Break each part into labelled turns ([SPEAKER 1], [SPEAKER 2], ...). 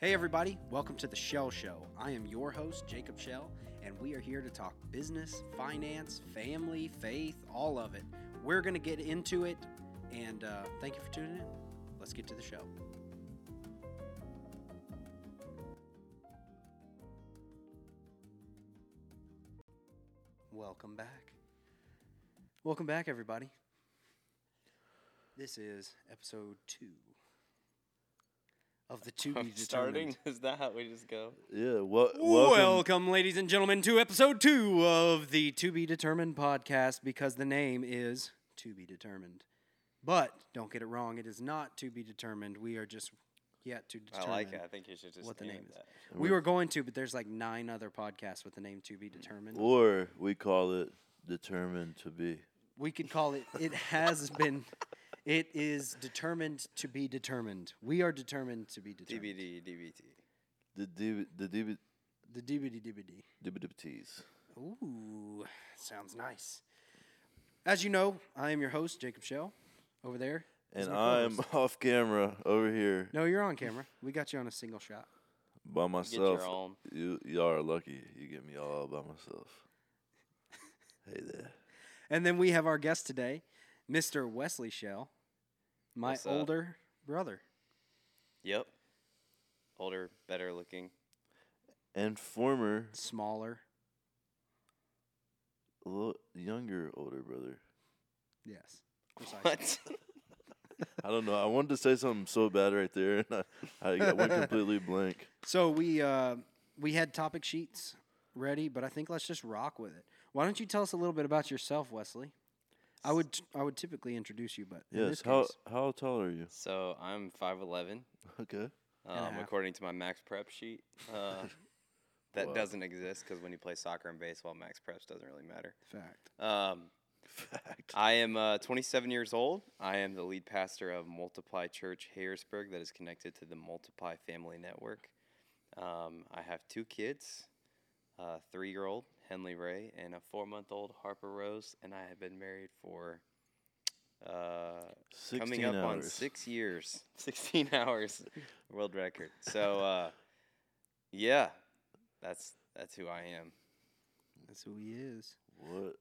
[SPEAKER 1] Hey, everybody, welcome to the Shell Show. I am your host, Jacob Shell, and we are here to talk business, finance, family, faith, all of it. We're going to get into it, and uh, thank you for tuning in. Let's get to the show. Welcome back. Welcome back, everybody. This is episode two of the two be
[SPEAKER 2] I'm
[SPEAKER 1] determined.
[SPEAKER 2] starting? Is that how we just go?
[SPEAKER 3] Yeah, well, welcome.
[SPEAKER 1] Welcome, ladies and gentlemen, to episode two of the To Be Determined podcast because the name is To Be Determined. But don't get it wrong, it is not To Be Determined. We are just yet to determine
[SPEAKER 2] I like it. I think you should just
[SPEAKER 1] what the
[SPEAKER 2] name,
[SPEAKER 1] name
[SPEAKER 2] it
[SPEAKER 1] is.
[SPEAKER 2] that.
[SPEAKER 1] We were going to, but there's like nine other podcasts with the name To Be Determined.
[SPEAKER 3] Or we call it determined to be.
[SPEAKER 1] We could call it, it has been, it is determined to be determined. We are determined to be determined.
[SPEAKER 2] DBD, DBT.
[SPEAKER 3] The D the DB
[SPEAKER 1] The DVD DVD.
[SPEAKER 3] DBTs.
[SPEAKER 1] Ooh, sounds nice. As you know, I am your host, Jacob Shell. Over there. is
[SPEAKER 3] And
[SPEAKER 1] my
[SPEAKER 3] I'm
[SPEAKER 1] co-host.
[SPEAKER 3] off camera over here
[SPEAKER 1] No, you're on camera. We got you on a single shot.
[SPEAKER 3] by myself.
[SPEAKER 2] own.
[SPEAKER 3] You y'all are lucky. You get me all by myself. hey there.
[SPEAKER 1] And then we have our guest today, Mr. Wesley Shell, my
[SPEAKER 2] What's up?
[SPEAKER 1] older brother.
[SPEAKER 2] Yep. Older, better looking.
[SPEAKER 3] And former
[SPEAKER 1] Smaller.
[SPEAKER 3] lo- younger older brother.
[SPEAKER 1] Yes. Precisely.
[SPEAKER 2] What?
[SPEAKER 3] I don't know. I wanted to say something so bad right there, and I, I went completely blank.
[SPEAKER 1] So we uh, we had topic sheets ready, but I think let's just rock with it. Why don't you tell us a little bit about yourself, Wesley? I would I would typically introduce you, but in
[SPEAKER 3] Yes.
[SPEAKER 1] this
[SPEAKER 3] How
[SPEAKER 1] case,
[SPEAKER 3] how tall are you?
[SPEAKER 2] so I'm 5'11,
[SPEAKER 3] Okay.
[SPEAKER 1] a
[SPEAKER 2] um,
[SPEAKER 1] half.
[SPEAKER 2] according to my max prep sheet. Uh, that
[SPEAKER 3] Wow.
[SPEAKER 2] doesn't exist because when you play soccer and baseball, max preps doesn't really matter.
[SPEAKER 1] fact.
[SPEAKER 2] Um,
[SPEAKER 3] Fact.
[SPEAKER 2] I am uh, 27 years old. I am the lead pastor of Multiply Church Harrisburg, that is connected to the Multiply Family Network. Um, I have two kids a three year old, Henley Ray, and a four month old, Harper Rose. And I have been married for uh, coming
[SPEAKER 3] 16
[SPEAKER 2] up on
[SPEAKER 3] hours.
[SPEAKER 2] six years, 16 hours, world record. So, uh, yeah, that's that's who I am.
[SPEAKER 1] That's who he is.
[SPEAKER 3] What?
[SPEAKER 1] Well,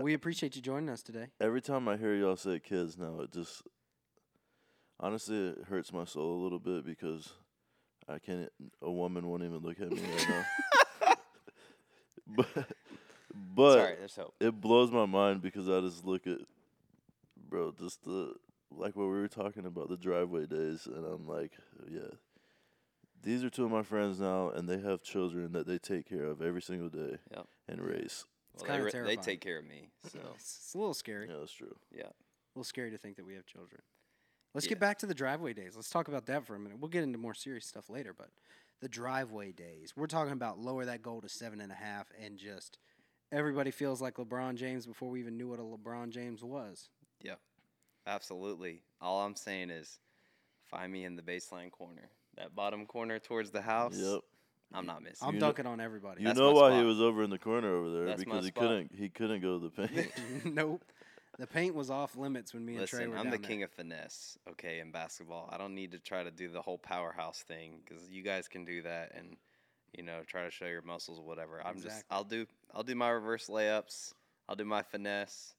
[SPEAKER 3] Uh,
[SPEAKER 1] we appreciate you joining us today.
[SPEAKER 3] Every time I hear y'all say kids now, it just honestly it hurts my soul a little bit because I can't. A woman won't even look at me right now. but but
[SPEAKER 2] Sorry, there's hope.
[SPEAKER 3] it blows my mind because I just look at bro, just the like what we were talking about the driveway days, and I'm like, yeah, these are two of my friends now, and they have children that they take care of every single day
[SPEAKER 2] Yep.
[SPEAKER 3] and raise.
[SPEAKER 2] Well,
[SPEAKER 1] kinda
[SPEAKER 2] they, re- they
[SPEAKER 1] terrifying.
[SPEAKER 2] take care of me. So,
[SPEAKER 1] It's, it's a little scary.
[SPEAKER 3] Yeah, that's true.
[SPEAKER 2] Oh. yeah.
[SPEAKER 1] A little scary to think that we have children. Let's
[SPEAKER 2] Yeah.
[SPEAKER 1] get back to the driveway days. Let's talk about that for a minute. We'll get into more serious stuff later, but the driveway days. We're talking about lower that goal to seven and a half and just everybody feels like LeBron James before we even knew what a LeBron James was.
[SPEAKER 2] Yeah, absolutely. All I'm saying is, find me in the baseline corner, that bottom corner towards the house.
[SPEAKER 3] Yep.
[SPEAKER 2] I'm not missing.
[SPEAKER 1] I'm
[SPEAKER 3] You know-
[SPEAKER 1] dunking on everybody.
[SPEAKER 3] You
[SPEAKER 2] That's
[SPEAKER 3] know
[SPEAKER 2] my
[SPEAKER 3] why he
[SPEAKER 2] spot.
[SPEAKER 3] was over in the corner over there
[SPEAKER 2] That's my
[SPEAKER 3] because he
[SPEAKER 2] spot.
[SPEAKER 3] couldn't he couldn't go to the paint.
[SPEAKER 1] nope. The paint was off limits when me and Trey
[SPEAKER 2] Listen,
[SPEAKER 1] were
[SPEAKER 2] I'm the
[SPEAKER 1] down there.
[SPEAKER 2] king of finesse, okay, in basketball. I don't need to try to do the whole powerhouse thing because you guys can do that and, you know, try to show your muscles, whatever. I'm just,
[SPEAKER 1] Exactly.
[SPEAKER 2] I'll do, I'll do my reverse layups, I'll do my finesse,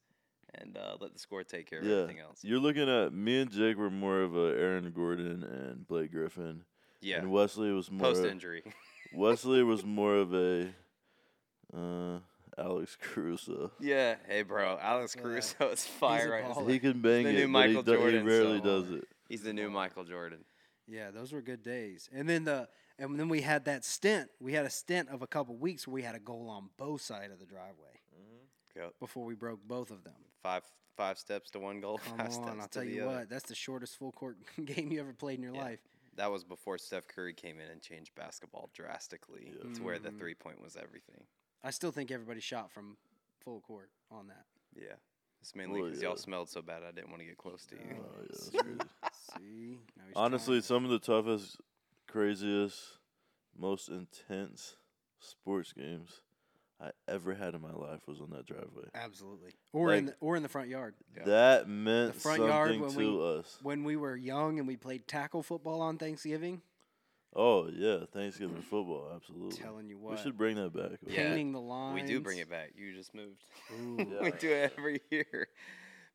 [SPEAKER 2] and uh, let the score take care of
[SPEAKER 3] yeah,
[SPEAKER 2] everything else.
[SPEAKER 3] you're looking at me and Jake were more of a Aaron Gordon and Blake Griffin, and
[SPEAKER 2] Yeah,
[SPEAKER 3] Wesley was more
[SPEAKER 2] post injury.
[SPEAKER 3] Wesley was more of a uh, Alex Caruso.
[SPEAKER 2] yeah, hey, bro, Alex Caruso is
[SPEAKER 1] a
[SPEAKER 2] fire right
[SPEAKER 1] baller.
[SPEAKER 2] now.
[SPEAKER 3] He can bang
[SPEAKER 2] The
[SPEAKER 3] it,
[SPEAKER 2] new
[SPEAKER 3] but he,
[SPEAKER 2] Michael
[SPEAKER 3] do- he
[SPEAKER 2] Jordan,
[SPEAKER 3] rarely
[SPEAKER 2] so-
[SPEAKER 3] does it.
[SPEAKER 2] He's the new Michael Jordan.
[SPEAKER 1] Yeah, those were good days. And then the and then we had that stint. We had a stint of a couple weeks where we had a goal on both side of the driveway
[SPEAKER 2] Yep.
[SPEAKER 1] before we broke both of them.
[SPEAKER 2] Five five steps to one goal.
[SPEAKER 1] Come
[SPEAKER 2] five
[SPEAKER 1] on,
[SPEAKER 2] steps
[SPEAKER 1] I'll
[SPEAKER 2] to
[SPEAKER 1] tell
[SPEAKER 2] the
[SPEAKER 1] you
[SPEAKER 2] other.
[SPEAKER 1] what, that's the shortest full court game you ever played in your
[SPEAKER 2] Yeah.
[SPEAKER 1] life.
[SPEAKER 2] That was before Steph Curry came in and changed basketball drastically to where
[SPEAKER 1] Mm.
[SPEAKER 2] the three point was everything.
[SPEAKER 1] I still think everybody shot from full court on that.
[SPEAKER 2] Yeah. It's mainly
[SPEAKER 3] Well,
[SPEAKER 2] because
[SPEAKER 3] yeah.
[SPEAKER 2] y'all smelled so bad I didn't want to get close to you.
[SPEAKER 3] Oh, yeah, that's crazy.
[SPEAKER 1] See, Now he's
[SPEAKER 3] Honestly,
[SPEAKER 1] trying.
[SPEAKER 3] some of the toughest, craziest, most intense sports games I ever had in my life was on that driveway.
[SPEAKER 1] absolutely, or in the, or in the front yard.
[SPEAKER 2] Yeah.
[SPEAKER 3] That meant
[SPEAKER 1] The front yard
[SPEAKER 3] something
[SPEAKER 1] when
[SPEAKER 3] to
[SPEAKER 1] we-
[SPEAKER 3] us.
[SPEAKER 1] When we were young and we played tackle football on Thanksgiving,
[SPEAKER 3] Oh yeah, Thanksgiving football, absolutely.
[SPEAKER 1] Telling you
[SPEAKER 3] we
[SPEAKER 1] what,
[SPEAKER 3] should bring that back.
[SPEAKER 2] Yeah.
[SPEAKER 1] painting the lines.
[SPEAKER 2] We do bring it back. You just moved.
[SPEAKER 1] Ooh.
[SPEAKER 2] we do it every year.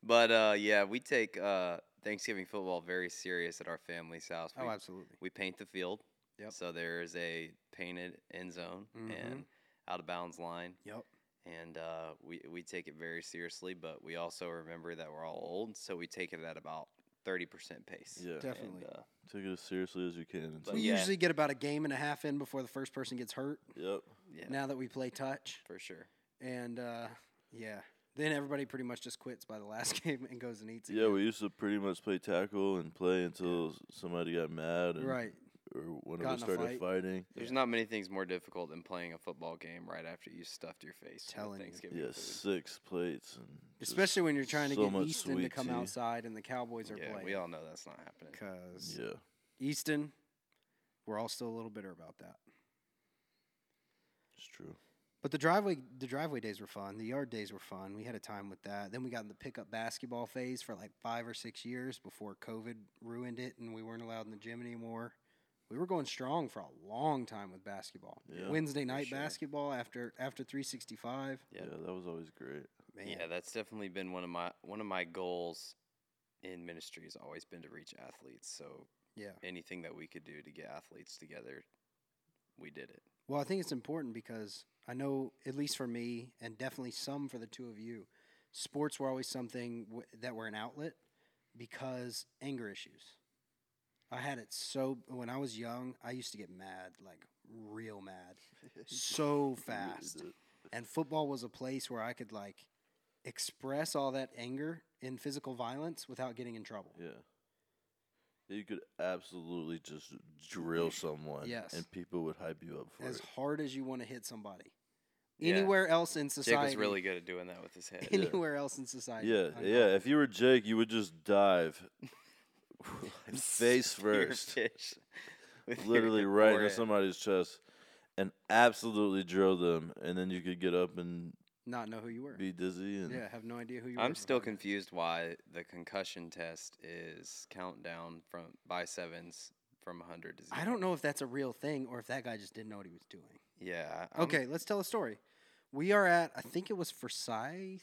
[SPEAKER 2] But uh, yeah, we take uh, Thanksgiving football very serious at our family's house. We,
[SPEAKER 1] Oh, absolutely.
[SPEAKER 2] we paint the field.
[SPEAKER 1] Yep.
[SPEAKER 2] So there is a painted end zone and
[SPEAKER 1] Mhm.
[SPEAKER 2] out of bounds line,
[SPEAKER 1] Yep.
[SPEAKER 2] and uh, we we take it very seriously. But we also remember that we're all old, so we take it at about thirty percent pace.
[SPEAKER 3] Yeah.
[SPEAKER 2] And,
[SPEAKER 1] Definitely.
[SPEAKER 2] uh,
[SPEAKER 3] Take it as seriously as you can. and
[SPEAKER 2] But
[SPEAKER 1] we
[SPEAKER 3] take-
[SPEAKER 2] yeah.
[SPEAKER 1] usually get about a game and a half in before the first person gets hurt.
[SPEAKER 3] Yep.
[SPEAKER 2] yeah,
[SPEAKER 1] Now that we play touch,
[SPEAKER 2] for sure.
[SPEAKER 1] and uh, yeah, then everybody pretty much just quits by the last game and goes and eats.
[SPEAKER 3] Yeah,
[SPEAKER 1] again.
[SPEAKER 3] we used to pretty much play tackle and play until s- somebody got mad and
[SPEAKER 1] right.
[SPEAKER 3] or
[SPEAKER 1] Got
[SPEAKER 3] whenever
[SPEAKER 1] in a
[SPEAKER 3] started
[SPEAKER 1] fight.
[SPEAKER 3] fighting.
[SPEAKER 2] There's not many things more difficult than playing a football game right after you stuffed your face. with
[SPEAKER 1] Telling you.
[SPEAKER 2] Thanksgiving
[SPEAKER 3] Yeah,
[SPEAKER 2] food.
[SPEAKER 3] six plates and just-
[SPEAKER 1] Especially when you're trying to
[SPEAKER 3] so
[SPEAKER 1] get
[SPEAKER 3] much
[SPEAKER 1] Easton to
[SPEAKER 3] sweet
[SPEAKER 1] come
[SPEAKER 3] tea.
[SPEAKER 1] outside and the Cowboys are
[SPEAKER 2] Yeah,
[SPEAKER 1] playing.
[SPEAKER 2] we all know that's not happening.
[SPEAKER 1] Because
[SPEAKER 3] yeah.
[SPEAKER 1] Easton, we're all still a little bitter about that.
[SPEAKER 3] It's true.
[SPEAKER 1] But the driveway the driveway days were fun. The yard days were fun. We had a time with that. Then we got in the pickup basketball phase for like five or six years before COVID ruined it and we weren't allowed in the gym anymore. We were going strong for a long time with basketball.
[SPEAKER 3] Yeah,
[SPEAKER 1] Wednesday night
[SPEAKER 2] sure.
[SPEAKER 1] basketball after after three sixty five.
[SPEAKER 2] Yeah.
[SPEAKER 3] Yeah, that was always great.
[SPEAKER 1] Man.
[SPEAKER 2] Yeah, that's definitely been one of my one of my goals in ministry has always been to reach athletes. So
[SPEAKER 1] yeah.
[SPEAKER 2] anything that we could do to get athletes together, we did it.
[SPEAKER 1] Well, I think it's important because I know, at least for me, and definitely some for the two of you, sports were always something w- that were an outlet because anger issues. I had it so when I was young, I used to get mad, like real mad, so fast. And football was a place where I could like express all that anger in physical violence without getting in trouble.
[SPEAKER 3] Yeah. You could absolutely just drill someone
[SPEAKER 1] Yes.
[SPEAKER 3] and people would hype you up for
[SPEAKER 1] As
[SPEAKER 3] it.
[SPEAKER 1] hard as you want to hit somebody.
[SPEAKER 2] Yeah.
[SPEAKER 1] Anywhere else in
[SPEAKER 2] Jake
[SPEAKER 1] society.
[SPEAKER 2] was really good at doing that with his head.
[SPEAKER 1] anywhere else in society.
[SPEAKER 3] Yeah,
[SPEAKER 1] I'm
[SPEAKER 3] yeah. If
[SPEAKER 1] confident.
[SPEAKER 3] you were Jake, you would just dive face first.
[SPEAKER 2] Spearfish with your
[SPEAKER 3] literally right into
[SPEAKER 2] forehead.
[SPEAKER 3] somebody's chest and absolutely drill them and then you could get up and
[SPEAKER 1] not know who you were.
[SPEAKER 3] be dizzy and
[SPEAKER 1] Yeah, have no idea who you were.
[SPEAKER 2] I'm still
[SPEAKER 1] before that.
[SPEAKER 2] confused why the concussion test is countdown from by sevens from 100 to zero.
[SPEAKER 1] I don't know if that's a real thing or if that guy just didn't know what he was doing.
[SPEAKER 2] Yeah. I'm-
[SPEAKER 1] okay, let's tell a story. We are at I think it was Forsyth,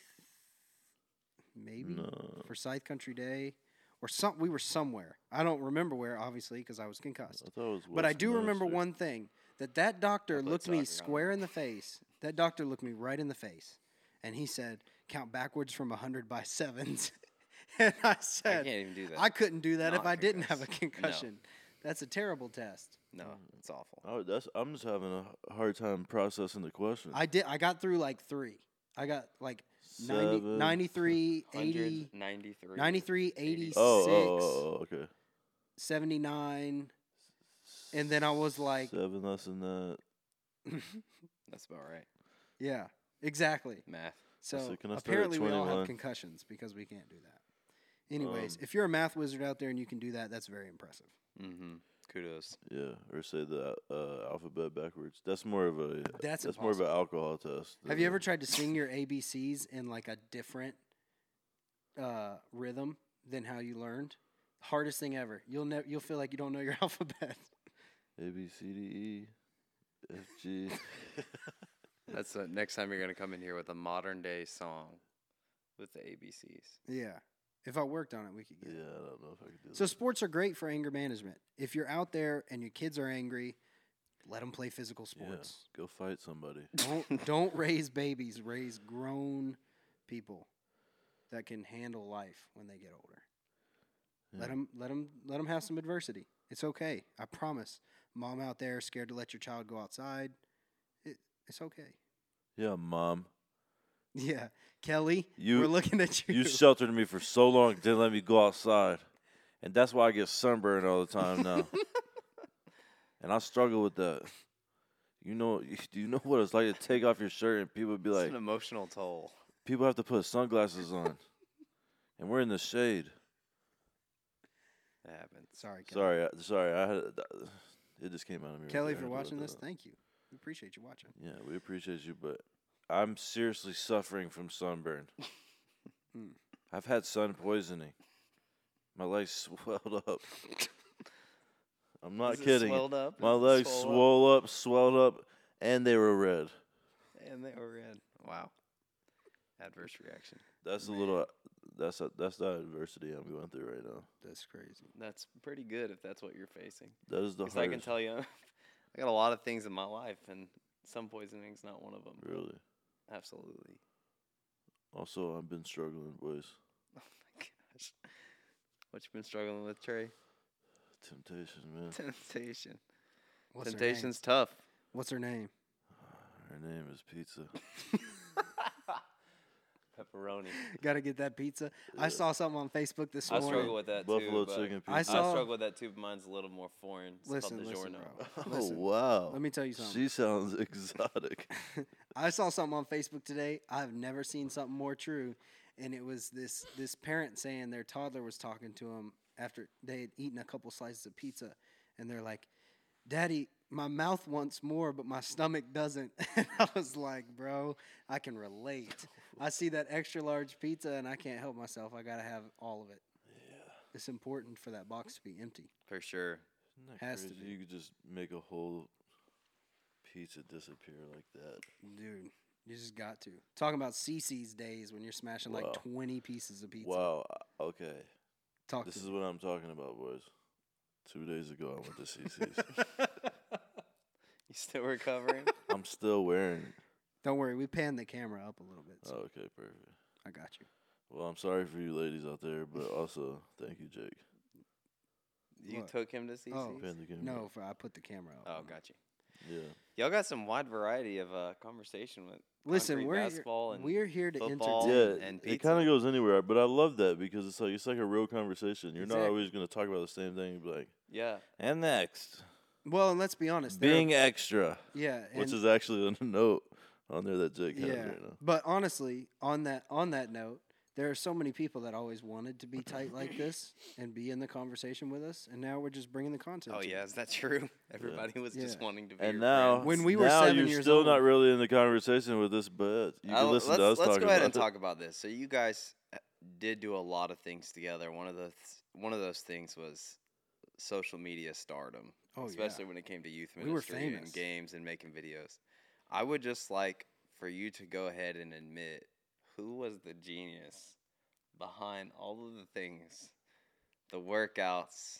[SPEAKER 1] maybe
[SPEAKER 3] no
[SPEAKER 1] Forsyth Country Day, or some. We were somewhere. I don't remember where, obviously, because I was concussed.
[SPEAKER 3] I thought it was
[SPEAKER 1] But I do remember
[SPEAKER 3] Westminster.
[SPEAKER 1] one thing that that doctor
[SPEAKER 2] played
[SPEAKER 1] looked
[SPEAKER 2] soccer,
[SPEAKER 1] me
[SPEAKER 2] I don't
[SPEAKER 1] square
[SPEAKER 2] know.
[SPEAKER 1] in the face. That doctor looked me right in the face, and he said, "Count backwards from hundred by sevens. and I
[SPEAKER 2] I
[SPEAKER 1] said,
[SPEAKER 2] can't even do that.
[SPEAKER 1] I couldn't do that if
[SPEAKER 2] not
[SPEAKER 1] I didn't have a
[SPEAKER 2] concussed. No.
[SPEAKER 1] concussion. That's a terrible test.
[SPEAKER 2] no, it's
[SPEAKER 1] Uh,
[SPEAKER 2] awful.
[SPEAKER 3] Oh, that's I'm just having a h- hard time processing the question.
[SPEAKER 1] I did. I got through like three. I got like 90,
[SPEAKER 3] Seven.
[SPEAKER 1] 93, 80,
[SPEAKER 2] 193.
[SPEAKER 1] 93, 86,
[SPEAKER 3] Oh, oh, oh, oh, okay.
[SPEAKER 1] 79. And then I was like-
[SPEAKER 3] seven less than that.
[SPEAKER 2] That's about right.
[SPEAKER 1] Yeah, exactly.
[SPEAKER 2] Math.
[SPEAKER 1] So
[SPEAKER 3] see, can I start at
[SPEAKER 1] apparently we all have
[SPEAKER 3] 21?
[SPEAKER 1] concussions because we can't do that. Anyways,
[SPEAKER 3] Um,
[SPEAKER 1] if you're a math wizard out there and you can do that, that's very impressive.
[SPEAKER 2] Mm-hmm. Kudos.
[SPEAKER 3] Yeah, or say the uh, alphabet backwards. That's more of a
[SPEAKER 1] That's
[SPEAKER 3] that's more of an alcohol test.
[SPEAKER 1] Have
[SPEAKER 3] than
[SPEAKER 1] you
[SPEAKER 3] a-
[SPEAKER 1] ever tried to sing your ABCs in like a different uh, rhythm than how you learned? Hardest thing ever. You'll ne- you'll feel like you don't know your alphabet.
[SPEAKER 3] A B C D E F G?
[SPEAKER 2] That's the next time you're gonna come in here with a modern day song with the ABCs.
[SPEAKER 1] yeah. If I worked on it, we could
[SPEAKER 3] yeah, I
[SPEAKER 1] get. it.
[SPEAKER 3] don't know if I could do
[SPEAKER 1] So
[SPEAKER 3] that.
[SPEAKER 1] sports are great for anger management. If you're out there and your kids are angry, let them play physical
[SPEAKER 3] Yeah.
[SPEAKER 1] sports.
[SPEAKER 3] Go fight somebody.
[SPEAKER 1] don't don't raise babies. Raise grown people that can handle life when they get older. Let
[SPEAKER 3] Yeah.
[SPEAKER 1] them let them let them have some adversity. It's okay. I promise. Mom out there scared to let your child go outside. It, it's okay.
[SPEAKER 3] Yeah, mom.
[SPEAKER 1] Yeah, Kelly,
[SPEAKER 3] You-
[SPEAKER 1] we're looking at you.
[SPEAKER 3] You sheltered me for so long, didn't let me go outside. And that's why I get sunburned all the time now. and I struggle with that. You know, do you know what it's like to take off your shirt and people be
[SPEAKER 2] It's
[SPEAKER 3] like,
[SPEAKER 2] an emotional toll.
[SPEAKER 3] people have to put sunglasses on. and we're in the shade.
[SPEAKER 2] That happens.
[SPEAKER 1] Sorry, Kelly.
[SPEAKER 3] Sorry, I, sorry. I had it just came out of me. right
[SPEAKER 1] Kelly, if
[SPEAKER 3] there.
[SPEAKER 1] you're
[SPEAKER 3] I had to
[SPEAKER 1] watching
[SPEAKER 3] let
[SPEAKER 1] this,
[SPEAKER 3] that out.
[SPEAKER 1] thank you. We appreciate you watching.
[SPEAKER 3] Yeah, we appreciate you, but I'm seriously suffering from sunburn.
[SPEAKER 1] Mm.
[SPEAKER 3] I've had sun poisoning. My legs swelled up. I'm not
[SPEAKER 2] Is it
[SPEAKER 3] kidding.
[SPEAKER 2] swelled up?
[SPEAKER 3] My
[SPEAKER 2] Is it
[SPEAKER 3] legs
[SPEAKER 2] swole up?
[SPEAKER 3] swole up, swelled up, and they were red.
[SPEAKER 2] And they were red. Wow. Adverse reaction.
[SPEAKER 3] That's a little. That's a, that's the adversity I'm going through right now.
[SPEAKER 1] That's crazy.
[SPEAKER 2] That's pretty good if that's what you're facing.
[SPEAKER 3] That is the
[SPEAKER 2] Because
[SPEAKER 3] hardest.
[SPEAKER 2] I can tell you, I got a lot of things in my life, and some poisoning's not one of them.
[SPEAKER 3] Really.
[SPEAKER 2] Absolutely.
[SPEAKER 3] Also, I've been struggling, boys.
[SPEAKER 2] Oh my gosh. What you been struggling with, Trey?
[SPEAKER 3] Temptation, man.
[SPEAKER 2] Temptation.
[SPEAKER 1] What's her name?
[SPEAKER 2] Temptation's tough.
[SPEAKER 1] What's her name?
[SPEAKER 3] Her name is Pizza.
[SPEAKER 2] Pepperoni.
[SPEAKER 1] Got to get that pizza. I
[SPEAKER 3] Yeah.
[SPEAKER 1] saw something on Facebook this
[SPEAKER 2] I
[SPEAKER 1] morning.
[SPEAKER 2] struggle with that too.
[SPEAKER 3] Buffalo
[SPEAKER 2] but
[SPEAKER 3] chicken pizza.
[SPEAKER 1] I
[SPEAKER 2] I
[SPEAKER 1] saw-
[SPEAKER 2] struggle with that too, but mine's a little more foreign. It's
[SPEAKER 1] Listen,
[SPEAKER 2] called
[SPEAKER 1] listen,
[SPEAKER 2] DiGiorno.
[SPEAKER 1] bro.
[SPEAKER 3] Oh
[SPEAKER 1] Listen,
[SPEAKER 3] wow.
[SPEAKER 1] Let me tell you something.
[SPEAKER 3] She sounds exotic.
[SPEAKER 1] I saw something on Facebook today. I've never seen something more true, and it was this this parent saying their toddler was talking to him after they had eaten a couple slices of pizza, and they're like, "Daddy, my mouth wants more, but my stomach doesn't." And I was like, "Bro, I can relate. I see that extra large pizza, and I can't help myself. I gotta have all of it. It's important for that box to be empty."
[SPEAKER 2] For sure.
[SPEAKER 3] Isn't that
[SPEAKER 1] Has to
[SPEAKER 3] crazy?
[SPEAKER 1] be.
[SPEAKER 3] You could just make a whole pizza disappear like that.
[SPEAKER 1] Dude, you just got to. Talking about CC's days when you're smashing
[SPEAKER 3] Wow.
[SPEAKER 1] like 20 pieces of pizza.
[SPEAKER 3] Wow. I- Okay.
[SPEAKER 1] Talk
[SPEAKER 3] This
[SPEAKER 1] to
[SPEAKER 3] is
[SPEAKER 1] me.
[SPEAKER 3] what I'm talking about, boys. Two days ago, I went to CC's.
[SPEAKER 2] You still recovering?
[SPEAKER 3] I'm still wearing. it.
[SPEAKER 1] Don't worry, we panned the camera up a little bit. So
[SPEAKER 3] Oh, okay, perfect.
[SPEAKER 1] I got you.
[SPEAKER 3] Well, I'm sorry for you ladies out there, but also thank you, Jake.
[SPEAKER 2] you
[SPEAKER 1] What?
[SPEAKER 2] took him to CC's?
[SPEAKER 1] Oh.
[SPEAKER 3] Pan the camera.
[SPEAKER 1] No, for, I put the camera up.
[SPEAKER 2] Oh,
[SPEAKER 1] on-
[SPEAKER 2] gotcha.
[SPEAKER 3] Yeah.
[SPEAKER 2] Y'all got some wide variety of uh, conversation with
[SPEAKER 1] Listen,
[SPEAKER 2] concrete
[SPEAKER 1] we're here,
[SPEAKER 2] basketball and
[SPEAKER 1] we're here to
[SPEAKER 2] football.
[SPEAKER 1] entertain.
[SPEAKER 3] Yeah.
[SPEAKER 2] and
[SPEAKER 3] it- it kind
[SPEAKER 2] pizza.
[SPEAKER 3] of goes anywhere, but I love that because it's like it's like a real conversation. You're not
[SPEAKER 1] Exactly.
[SPEAKER 3] always going to talk about the same thing. You'd be like,
[SPEAKER 2] yeah.
[SPEAKER 3] and next,
[SPEAKER 1] Well, and let's be honest. there-
[SPEAKER 3] being extra,
[SPEAKER 1] yeah, and,
[SPEAKER 3] which is actually a note on there that Jake has
[SPEAKER 1] yeah.
[SPEAKER 3] right now.
[SPEAKER 1] But honestly, on that on that note, there are so many people that always wanted to be tight like this and be in the conversation with us, and now we're just bringing the content.
[SPEAKER 2] Oh
[SPEAKER 1] to
[SPEAKER 2] yeah, is that true? Everybody was just
[SPEAKER 1] Yeah.
[SPEAKER 2] wanting to be
[SPEAKER 3] And
[SPEAKER 2] your
[SPEAKER 3] now,
[SPEAKER 2] friend.
[SPEAKER 1] When we were
[SPEAKER 3] now
[SPEAKER 1] seven
[SPEAKER 3] you're
[SPEAKER 1] years
[SPEAKER 3] still
[SPEAKER 1] old-
[SPEAKER 3] not really in the conversation with us, but you
[SPEAKER 2] I'll- Uh,
[SPEAKER 3] can listen
[SPEAKER 2] let's,
[SPEAKER 3] to us
[SPEAKER 2] let's
[SPEAKER 3] talk
[SPEAKER 2] go ahead
[SPEAKER 3] about
[SPEAKER 2] and
[SPEAKER 3] it.
[SPEAKER 2] talk about this. So you guys uh, did do a lot of things together. One of the th- one of those things was social media stardom,
[SPEAKER 1] it. Oh
[SPEAKER 2] especially when it came to youth
[SPEAKER 1] We were
[SPEAKER 2] ministry
[SPEAKER 1] famous.
[SPEAKER 2] and games and making videos. I would just like for you to go ahead and admit who was the genius behind all of the things, the workouts,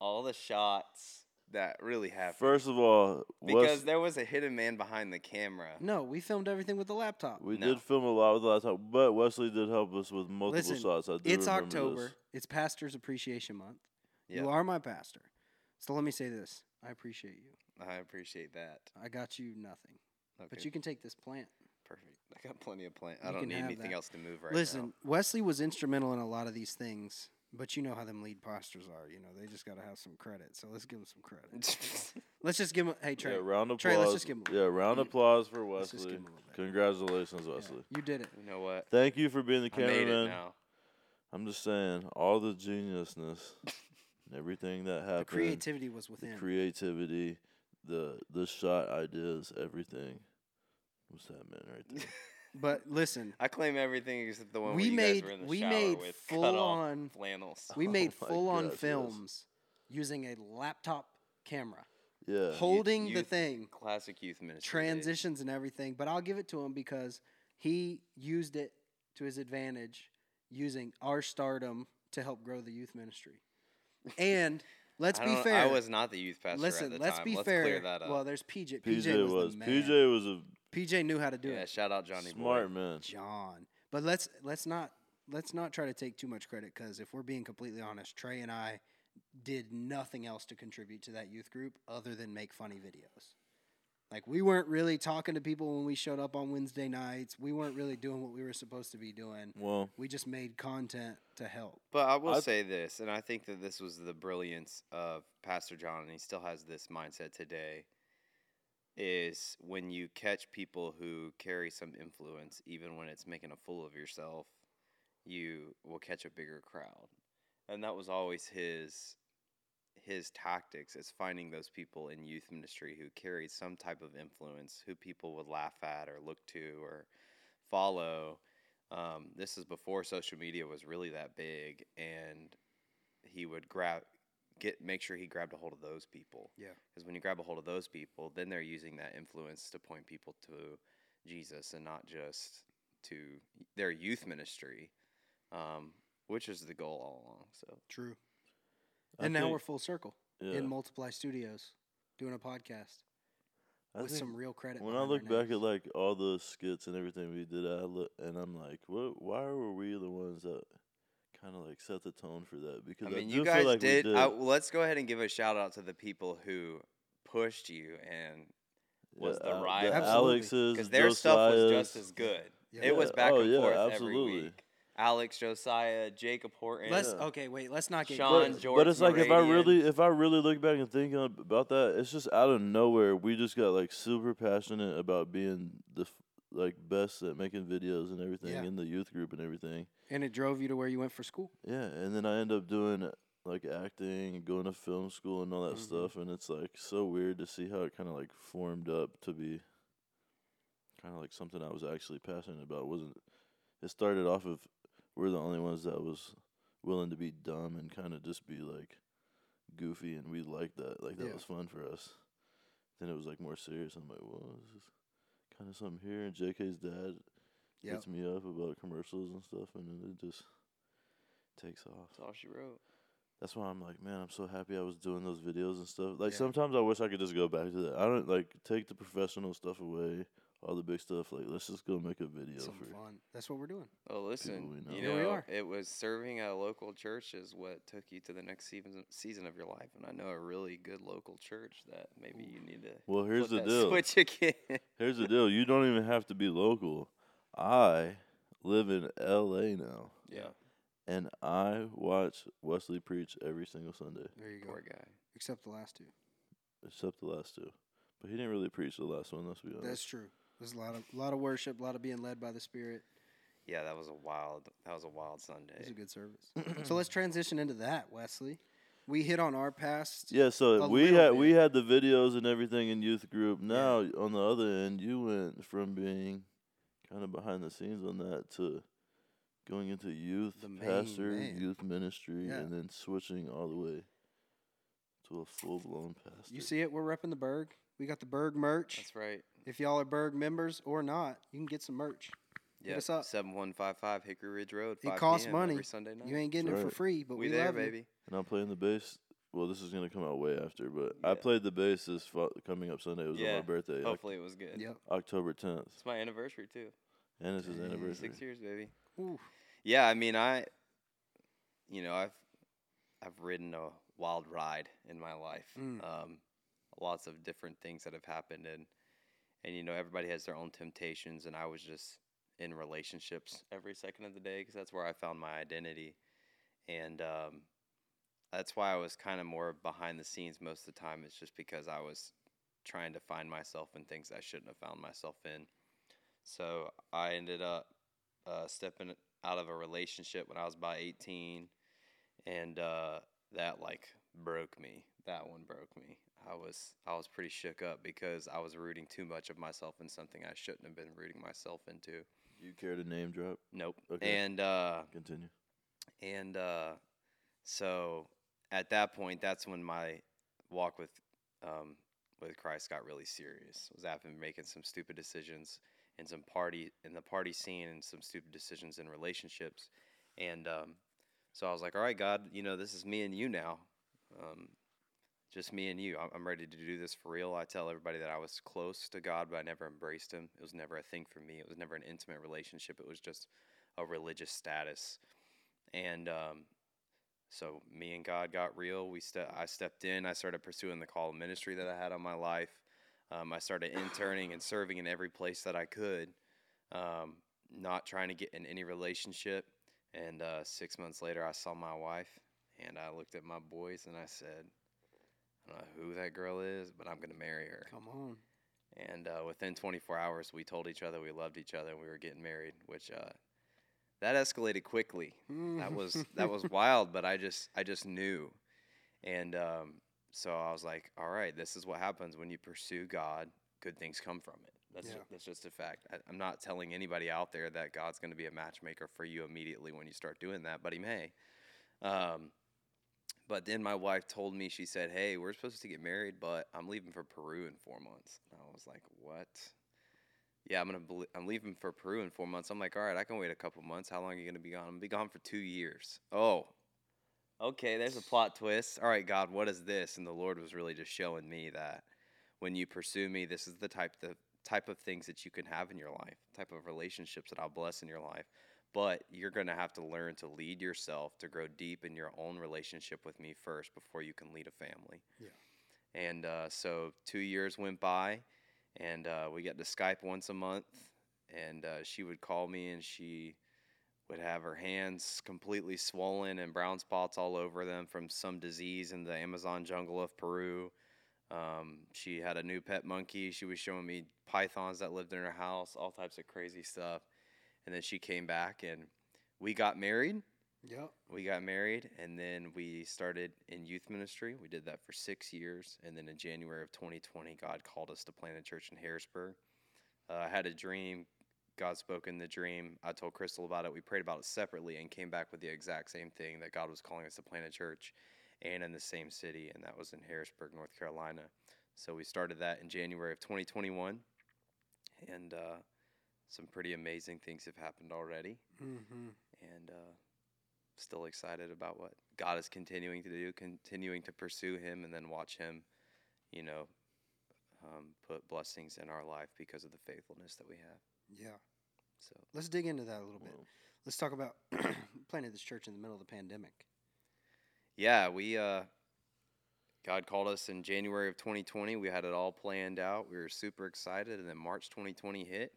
[SPEAKER 2] all the shots that really happened.
[SPEAKER 3] First of all,
[SPEAKER 2] because
[SPEAKER 3] Wes,
[SPEAKER 2] there was a hidden man behind the camera.
[SPEAKER 1] yeah. No, we filmed everything with the laptop.
[SPEAKER 3] we
[SPEAKER 2] No.
[SPEAKER 3] did film a lot with the laptop, but Wesley did help us with multiple
[SPEAKER 1] Listen,
[SPEAKER 3] shots. I do
[SPEAKER 1] it's
[SPEAKER 3] remember
[SPEAKER 1] October.
[SPEAKER 3] this.
[SPEAKER 1] It's Pastor's Appreciation Month.
[SPEAKER 2] Yeah,
[SPEAKER 1] You are my pastor. So let me say this. I appreciate you.
[SPEAKER 2] I appreciate that.
[SPEAKER 1] I got you nothing.
[SPEAKER 2] Okay.
[SPEAKER 1] But you can take this plant.
[SPEAKER 2] Perfect. I got plenty of plant.
[SPEAKER 1] You
[SPEAKER 2] I don't
[SPEAKER 1] can
[SPEAKER 2] need
[SPEAKER 1] have
[SPEAKER 2] anything
[SPEAKER 1] that.
[SPEAKER 2] else to move right
[SPEAKER 1] Listen,
[SPEAKER 2] now.
[SPEAKER 1] Wesley was instrumental in a lot of these things, but you know how them lead pastors are. You know, they just got to have some credit. So let's give them some credit. let's just give them, hey, Trey,
[SPEAKER 3] Yeah, round applause.
[SPEAKER 1] Trey, let's just give him a-
[SPEAKER 3] yeah, round applause for
[SPEAKER 1] let's just
[SPEAKER 3] Wesley.
[SPEAKER 1] give 'em a little bit.
[SPEAKER 3] Congratulations,
[SPEAKER 1] Yeah,
[SPEAKER 3] Wesley.
[SPEAKER 1] you did it.
[SPEAKER 2] you know what?
[SPEAKER 3] Thank you for being the
[SPEAKER 2] I made it
[SPEAKER 3] cameraman.
[SPEAKER 2] now.
[SPEAKER 3] I'm just saying, all the geniusness and everything that
[SPEAKER 1] The
[SPEAKER 3] happened,
[SPEAKER 1] creativity was
[SPEAKER 3] the
[SPEAKER 1] within.
[SPEAKER 3] creativity, the the shot ideas, everything. What's that man right there?
[SPEAKER 1] but listen,
[SPEAKER 2] I claim everything except the one
[SPEAKER 1] We
[SPEAKER 2] where you
[SPEAKER 1] made-
[SPEAKER 2] guys were in the
[SPEAKER 1] we
[SPEAKER 2] shower
[SPEAKER 1] made
[SPEAKER 2] with
[SPEAKER 1] full
[SPEAKER 2] cut-off
[SPEAKER 1] on-
[SPEAKER 2] flannels.
[SPEAKER 1] we
[SPEAKER 3] Oh
[SPEAKER 1] made
[SPEAKER 3] my
[SPEAKER 1] full on
[SPEAKER 3] gosh, yes.
[SPEAKER 1] films using a laptop camera,
[SPEAKER 3] Yeah.
[SPEAKER 2] Uh, You-
[SPEAKER 1] holding the
[SPEAKER 2] youth-
[SPEAKER 1] thing.
[SPEAKER 2] Classic youth ministry. days.
[SPEAKER 1] transitions and everything, but I'll give it to him because he used it to his advantage using our stardom to help grow the youth ministry. And let's
[SPEAKER 2] I
[SPEAKER 1] be
[SPEAKER 2] don't-
[SPEAKER 1] fair.
[SPEAKER 2] I was not the youth pastor
[SPEAKER 1] listen,
[SPEAKER 2] at the
[SPEAKER 1] let's
[SPEAKER 2] time.
[SPEAKER 1] be
[SPEAKER 2] let's
[SPEAKER 1] fair.
[SPEAKER 2] clear that up.
[SPEAKER 1] Well, there's PJ. PJ,
[SPEAKER 3] PJ,
[SPEAKER 1] was,
[SPEAKER 3] was
[SPEAKER 1] the man.
[SPEAKER 3] PJ was a
[SPEAKER 1] PJ knew how to do
[SPEAKER 2] yeah,
[SPEAKER 1] it.
[SPEAKER 2] shout out Johnny
[SPEAKER 3] smart
[SPEAKER 2] Boy.
[SPEAKER 3] man.
[SPEAKER 1] John. But let's let's not let's not try to take too much credit because if we're being completely honest, Trey and I did nothing else to contribute to that youth group other than make funny videos. Like we weren't really talking to people when we showed up on Wednesday nights. We weren't really doing what we were supposed to be doing.
[SPEAKER 3] Well,
[SPEAKER 1] We just made content to help.
[SPEAKER 2] But I will
[SPEAKER 3] I-
[SPEAKER 2] say this, and I think that this was the brilliance of Pastor John, and he still has this mindset today. Is when you catch people who carry some influence, even when it's making a fool of yourself, you will catch a bigger crowd, and that was always his his tactics is finding those people in youth ministry who carried some type of influence, who people would laugh at or look to or follow. Um, this is before social media was really that big, and he would grab get make sure he grabbed a hold of those people.
[SPEAKER 1] Yeah.
[SPEAKER 2] Because when you grab a hold of those people, then they're using that influence to point people to Jesus and not just to their youth ministry, um, which is the goal all along. So
[SPEAKER 1] True.
[SPEAKER 3] I
[SPEAKER 1] and now
[SPEAKER 3] think-
[SPEAKER 1] we're full circle
[SPEAKER 3] yeah,
[SPEAKER 1] in Multiply Studios doing a podcast
[SPEAKER 3] I
[SPEAKER 1] with
[SPEAKER 3] think
[SPEAKER 1] some real credit.
[SPEAKER 3] When I
[SPEAKER 1] behind
[SPEAKER 3] look
[SPEAKER 1] our
[SPEAKER 3] back at
[SPEAKER 1] names.
[SPEAKER 3] like all the skits and everything we did, I look and I'm like, what? Why were we the ones that kind of like set the tone for that? Because
[SPEAKER 2] I
[SPEAKER 3] I,
[SPEAKER 2] mean,
[SPEAKER 3] do
[SPEAKER 2] you guys
[SPEAKER 3] feel like
[SPEAKER 2] did.
[SPEAKER 3] we did.
[SPEAKER 2] I, well, let's go ahead and give a shout out to the people who pushed you and was the
[SPEAKER 3] uh,
[SPEAKER 2] riot.
[SPEAKER 3] the
[SPEAKER 1] Absolutely.
[SPEAKER 3] Alex's,
[SPEAKER 2] because their stuff was just as good.
[SPEAKER 1] Yeah.
[SPEAKER 2] It was
[SPEAKER 3] Yeah.
[SPEAKER 2] back
[SPEAKER 3] Oh,
[SPEAKER 2] and
[SPEAKER 3] yeah,
[SPEAKER 2] forth
[SPEAKER 3] absolutely.
[SPEAKER 2] every week. Alex, Josiah, Jacob Horton.
[SPEAKER 1] Let's
[SPEAKER 3] Yeah.
[SPEAKER 1] okay, wait. Let's not get
[SPEAKER 2] Sean
[SPEAKER 1] crazy.
[SPEAKER 2] Jo-
[SPEAKER 3] But it's like if I
[SPEAKER 2] Jordan
[SPEAKER 3] really, if I really look back and think ab- about that, it's just out of nowhere. We just got like super passionate about being the f- like best at making videos and everything
[SPEAKER 1] Yeah.
[SPEAKER 3] in the youth group and everything.
[SPEAKER 1] and it drove you to where you went for school.
[SPEAKER 3] Yeah, and then I end up doing like acting and going to film school and all that
[SPEAKER 1] Mhm.
[SPEAKER 3] stuff, and it's like so weird to see how it kind of like formed up to be kind of like something I was actually passionate about. It wasn't it started off of we're the only ones that was willing to be dumb and kind of just be like goofy, and we liked that. Like that
[SPEAKER 1] Yeah.
[SPEAKER 3] was fun for us. Then it was like more serious. I'm like, well, this is kind of something here, and JK's dad
[SPEAKER 1] Yep.
[SPEAKER 3] hits me up about commercials and stuff, and then it just takes off.
[SPEAKER 2] That's all she wrote.
[SPEAKER 3] That's why I'm like, man, I'm so happy I was doing those videos and stuff. Like
[SPEAKER 1] Yeah.
[SPEAKER 3] sometimes I wish I could just go back to that. I don't like take the professional stuff away, all the big stuff. Like let's just go make a video
[SPEAKER 1] Something
[SPEAKER 3] for.
[SPEAKER 1] fun. That's what we're doing.
[SPEAKER 2] Oh,
[SPEAKER 3] we
[SPEAKER 2] listen,
[SPEAKER 3] know.
[SPEAKER 2] you
[SPEAKER 1] Here we
[SPEAKER 2] know,
[SPEAKER 1] are.
[SPEAKER 2] it was serving a local church is what took you to the next season season of your life, and I know a really good local church that maybe you need to
[SPEAKER 3] Well, here's
[SPEAKER 2] flip
[SPEAKER 3] the
[SPEAKER 2] that
[SPEAKER 3] deal.
[SPEAKER 2] switch again.
[SPEAKER 3] Here's the deal. You don't even have to be local. I live in L.A. now,
[SPEAKER 2] yeah,
[SPEAKER 3] and I watch Wesley preach every single Sunday,
[SPEAKER 1] There you go.
[SPEAKER 2] poor guy.
[SPEAKER 1] Except the last two.
[SPEAKER 3] except the last two. But he didn't really preach the last one. Let's be honest.
[SPEAKER 1] That's true. There's a lot of lot of worship, a lot of being led by the Spirit.
[SPEAKER 2] Yeah, that was a wild. That was a wild Sunday.
[SPEAKER 1] It's a good service. so let's transition into that, Wesley. We hit on our past.
[SPEAKER 3] Yeah, so
[SPEAKER 1] a
[SPEAKER 3] we
[SPEAKER 1] little
[SPEAKER 3] had we
[SPEAKER 1] bit.
[SPEAKER 3] had the videos and everything in youth group. Now on the other end, you went from being kind of behind the scenes on that to going into youth
[SPEAKER 1] The main
[SPEAKER 3] pastor,
[SPEAKER 1] man.
[SPEAKER 3] youth ministry,
[SPEAKER 1] Yeah.
[SPEAKER 3] and then switching all the way to a full blown pastor.
[SPEAKER 1] You see it? We're repping the Berg. We got the Berg merch.
[SPEAKER 2] That's right.
[SPEAKER 1] If y'all are Berg members or not, you can get some merch.
[SPEAKER 2] Yeah,
[SPEAKER 1] us up.
[SPEAKER 2] seven one five five Hickory Ridge Road.
[SPEAKER 1] It
[SPEAKER 2] 5
[SPEAKER 1] costs
[SPEAKER 2] p.m. every
[SPEAKER 1] money.
[SPEAKER 2] Sunday night.
[SPEAKER 1] You ain't getting
[SPEAKER 3] That's
[SPEAKER 1] it for
[SPEAKER 3] right.
[SPEAKER 1] free, but
[SPEAKER 2] we,
[SPEAKER 1] we,
[SPEAKER 2] there,
[SPEAKER 1] love you.
[SPEAKER 2] baby.
[SPEAKER 3] and I'm playing the bass. Well, this is gonna come out way after, but I
[SPEAKER 2] Yeah.
[SPEAKER 3] played the bass this fu- coming up Sunday. It was on
[SPEAKER 2] Yeah,
[SPEAKER 3] my birthday, Oc-
[SPEAKER 2] Hopefully, it was good.
[SPEAKER 1] Yep.
[SPEAKER 3] October 10th,
[SPEAKER 2] It's my anniversary too.
[SPEAKER 3] and it's his
[SPEAKER 1] Dang.
[SPEAKER 3] anniversary.
[SPEAKER 2] Six years, baby.
[SPEAKER 1] Ooh,
[SPEAKER 2] Yeah, I mean, I, you know, I've I've ridden a wild ride in my life.
[SPEAKER 1] Mm.
[SPEAKER 2] Um, lots of different things that have happened, and and you know, everybody has their own temptations, and I was just in relationships every second of the day because that's where I found my identity, and um, that's why I was kind of more behind the scenes most of the time. It's just because I was trying to find myself in things I shouldn't have found myself in. So I ended up uh, stepping out of a relationship when I was about 18, and uh, that like broke me. That one broke me. I was I was pretty shook up because I was rooting too much of myself in something I shouldn't have been rooting myself into.
[SPEAKER 3] You care to name drop?
[SPEAKER 2] Nope.
[SPEAKER 3] Okay.
[SPEAKER 2] And uh,
[SPEAKER 3] Continue.
[SPEAKER 2] and uh, so at that point, that's when my walk with um, with Christ got really serious. Was after making some stupid decisions in some party in the party scene and some stupid decisions in relationships, and um, so I was like, "All right, God, you know this is me and you now, um, just me and you. I'm, I'm ready to do this for real." I tell everybody that I was close to God, but I never embraced Him. It was never a thing for me. It was never an intimate relationship. It was just a religious status and um, so me and God got real. We ste- I stepped in. I started pursuing the call of ministry that I had on my life. Um, I started interning and serving in every place that I could, um, not trying to get in any relationship. And uh, six months later, I saw my wife, and I looked at my boys, and I said, "I don't know who that girl is, but I'm gonna marry her."
[SPEAKER 1] come on.
[SPEAKER 2] And uh, within 24 hours, we told each other we loved each other and we were getting married, which uh, that escalated quickly
[SPEAKER 1] Mm-hmm.
[SPEAKER 2] that was that was wild but i just i just knew and um, so i was like all right this is what happens when you pursue god good things come from it that's,
[SPEAKER 1] Yeah.
[SPEAKER 2] ju- that's just a fact I, i'm not telling anybody out there that god's going to be a matchmaker for you immediately when you start doing that but he may um, But then my wife told me, she said, Hey, we're supposed to get married, but I'm leaving for Peru in four months. And I was like, What? Yeah, I'm gonna. bel I'm leaving for Peru in four months. I'm like, all right, I can wait a couple months. How long are you gonna be gone? I'm gonna be gone for two years. Oh, okay. There's a plot twist. All right, God, what is this? And the Lord was really just showing me that when you pursue me, this is the type the type of things that you can have in your life, type of relationships that I'll bless in your life. But you're gonna have to learn to lead yourself to grow deep in your own relationship with me first before you can lead a family.
[SPEAKER 1] Yeah.
[SPEAKER 2] And uh, so two years went by, and uh, we got to Skype once a month, and uh, she would call me, and she would have her hands completely swollen and brown spots all over them from some disease in the Amazon jungle of Peru. Um, she had a new pet monkey. She was showing me pythons that lived in her house, all types of crazy stuff. And then she came back and we got married.
[SPEAKER 1] Yep.
[SPEAKER 2] We got married and then we started in youth ministry. We did that for six years. And then in January of 2020, God called us to plant a church in Harrisburg. Uh, I had a dream. God spoke in the dream. I told Crystal about it. We prayed about it separately and came back with the exact same thing that God was calling us to plant a church and in the same city. And that was in Harrisburg, North Carolina. So we started that in January of 2021. And uh, some pretty amazing things have happened already
[SPEAKER 1] Mm-hmm.
[SPEAKER 2] and uh, still excited about what God is continuing to do, continuing to pursue Him, and then watch Him, you know, um, put blessings in our life because of the faithfulness that we have.
[SPEAKER 1] Yeah.
[SPEAKER 2] So
[SPEAKER 1] Let's dig into that a little bit.
[SPEAKER 3] Well,
[SPEAKER 1] Let's talk about planted this church in the middle of the pandemic.
[SPEAKER 2] yeah, we uh, God called us in January of 2020. We had it all planned out. We were super excited, and then March 2020 hit,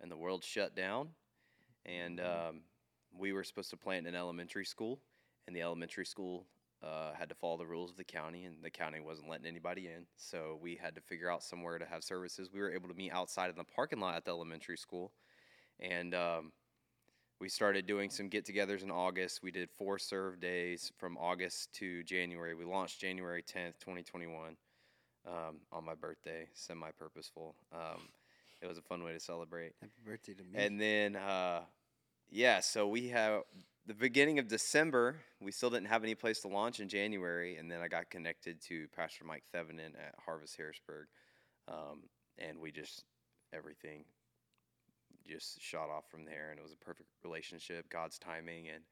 [SPEAKER 2] and the world shut down. And um, we were supposed to plant in an elementary school, and the elementary school uh, had to follow the rules of the county, and the county wasn't letting anybody in. So we had to figure out somewhere to have services. We were able to meet outside in the parking lot at the elementary school, and um, we started doing some get togethers in August. We did four serve days from August to January. We launched January 10th, 2021, um, on my birthday, semi purposeful. Um, it was a fun way to celebrate.
[SPEAKER 1] Happy birthday to me.
[SPEAKER 2] And then, uh, yeah, so we have the beginning of December. We still didn't have any place to launch in January, and then I got connected to Pastor Mike Thevenin at Harvest Harrisburg, um, and we just everything just shot off from there, and it was a perfect relationship, God's timing, and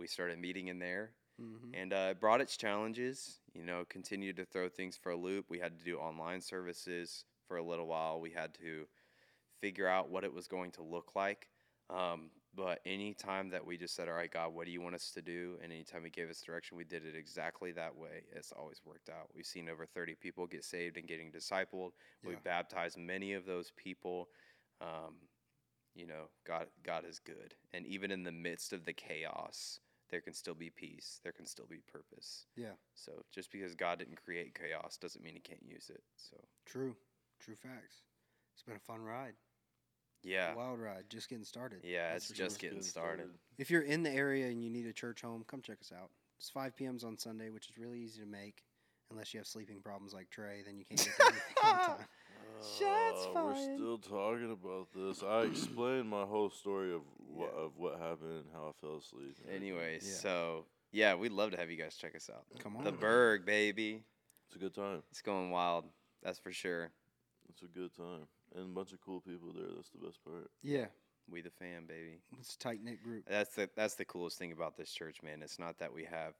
[SPEAKER 2] we started meeting in there,
[SPEAKER 1] Mhm.
[SPEAKER 2] and uh, it brought its challenges. You know, continued to throw things for a loop. We had to do online services for a little while. We had to figure out what it was going to look like. Um, but any time that we just said, "All right, God, what do you want us to do?" and anytime He gave us direction, we did it exactly that way. It's always worked out. We've seen over 30 people get saved and getting discipled.
[SPEAKER 1] Yeah.
[SPEAKER 2] We've baptized many of those people. Um, you know, God, God is good, and even in the midst of the chaos, there can still be peace. There can still be purpose.
[SPEAKER 1] Yeah.
[SPEAKER 2] So just because God didn't create chaos doesn't mean He can't use it. So
[SPEAKER 1] True. True facts. It's been a fun ride.
[SPEAKER 2] yeah,
[SPEAKER 1] Wild ride. Just getting started.
[SPEAKER 2] yeah,
[SPEAKER 1] that's
[SPEAKER 2] it's
[SPEAKER 1] for sure.
[SPEAKER 2] just getting started.
[SPEAKER 1] If you're in the area and you need a church home, come check us out. It's 5 p.m.s on Sunday, which is really easy to make. Unless you have sleeping problems like Trey, then you can't get to anything on time.
[SPEAKER 3] Shots Uh, We're still talking about this. I explained my whole story of what
[SPEAKER 2] Yeah.
[SPEAKER 3] of what happened and how I fell asleep. and everything.
[SPEAKER 2] Anyway,
[SPEAKER 1] Yeah.
[SPEAKER 2] so yeah, we'd love to have you guys check us out.
[SPEAKER 1] Come on.
[SPEAKER 2] The Berg, baby,
[SPEAKER 3] it's a good time.
[SPEAKER 2] it's going wild. That's for sure.
[SPEAKER 3] It's a good time, and a bunch of cool people there. That's the best part.
[SPEAKER 1] yeah.
[SPEAKER 2] We the fam, baby.
[SPEAKER 1] It's a tight knit group.
[SPEAKER 2] That's the that's the coolest thing about this church, man. It's not that we have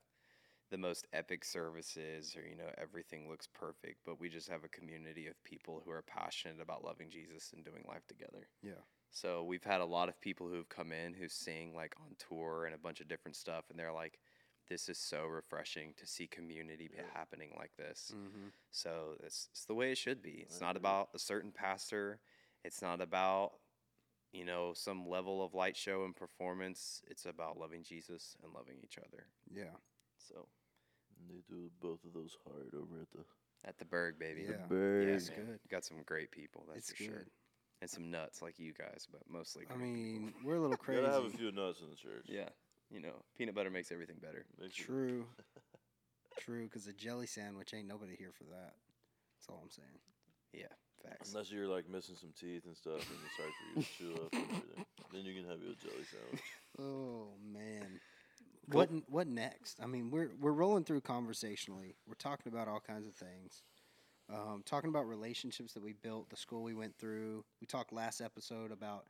[SPEAKER 2] the most epic services or you know everything looks perfect, but we just have a community of people who are passionate about loving Jesus and doing life together.
[SPEAKER 1] Yeah.
[SPEAKER 2] So we've had a lot of people who have come in who sing like on tour and a bunch of different stuff, and they're like, "This is so refreshing to see community
[SPEAKER 3] Yeah.
[SPEAKER 2] happening like this."
[SPEAKER 1] Mm-hmm.
[SPEAKER 2] So it's, it's the way it should be. It's
[SPEAKER 3] I
[SPEAKER 2] not
[SPEAKER 3] agree.
[SPEAKER 2] about a certain pastor. It's not about, you know, some level of light show and performance. It's about loving Jesus and loving each other.
[SPEAKER 1] Yeah.
[SPEAKER 2] So
[SPEAKER 3] And they do both of those hard over at the,
[SPEAKER 2] at the Berg, baby.
[SPEAKER 1] Yeah.
[SPEAKER 3] the Berg.
[SPEAKER 1] It's
[SPEAKER 2] man.
[SPEAKER 1] good.
[SPEAKER 2] Got some great people, that's
[SPEAKER 1] it's
[SPEAKER 2] for
[SPEAKER 1] good.
[SPEAKER 2] sure. And some nuts like you guys, but mostly
[SPEAKER 1] I
[SPEAKER 2] great
[SPEAKER 1] mean, we're a little
[SPEAKER 3] You
[SPEAKER 1] crazy.
[SPEAKER 3] gotta have a few nuts in the church.
[SPEAKER 2] people. Yeah. You know, peanut butter makes everything better.
[SPEAKER 3] Makes it-
[SPEAKER 1] True. True, because a jelly sandwich ain't nobody here for that. That's all I'm saying.
[SPEAKER 2] Facts.
[SPEAKER 3] Unless you're like missing some teeth and stuff, and it's hard for you to chew up and everything. Then you can have your jelly sandwich.
[SPEAKER 1] Oh man, What n- what next? I mean, we're we're rolling through conversationally. We're talking about all kinds of things. Um, talking about relationships that we built, the school we went through. We talked last episode about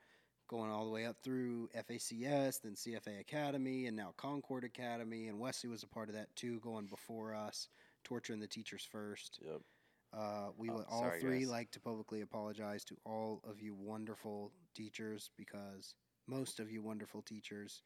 [SPEAKER 1] going all the way up through FACS, then CFA Academy, and now Concord Academy. And Wesley was a part of that too, going before us, torturing the teachers first.
[SPEAKER 3] Yep.
[SPEAKER 1] Uh, we
[SPEAKER 2] Oh,
[SPEAKER 1] would all
[SPEAKER 2] sorry,
[SPEAKER 1] three
[SPEAKER 2] guys.
[SPEAKER 1] like to publicly apologize to all of you wonderful teachers because most of you wonderful teachers,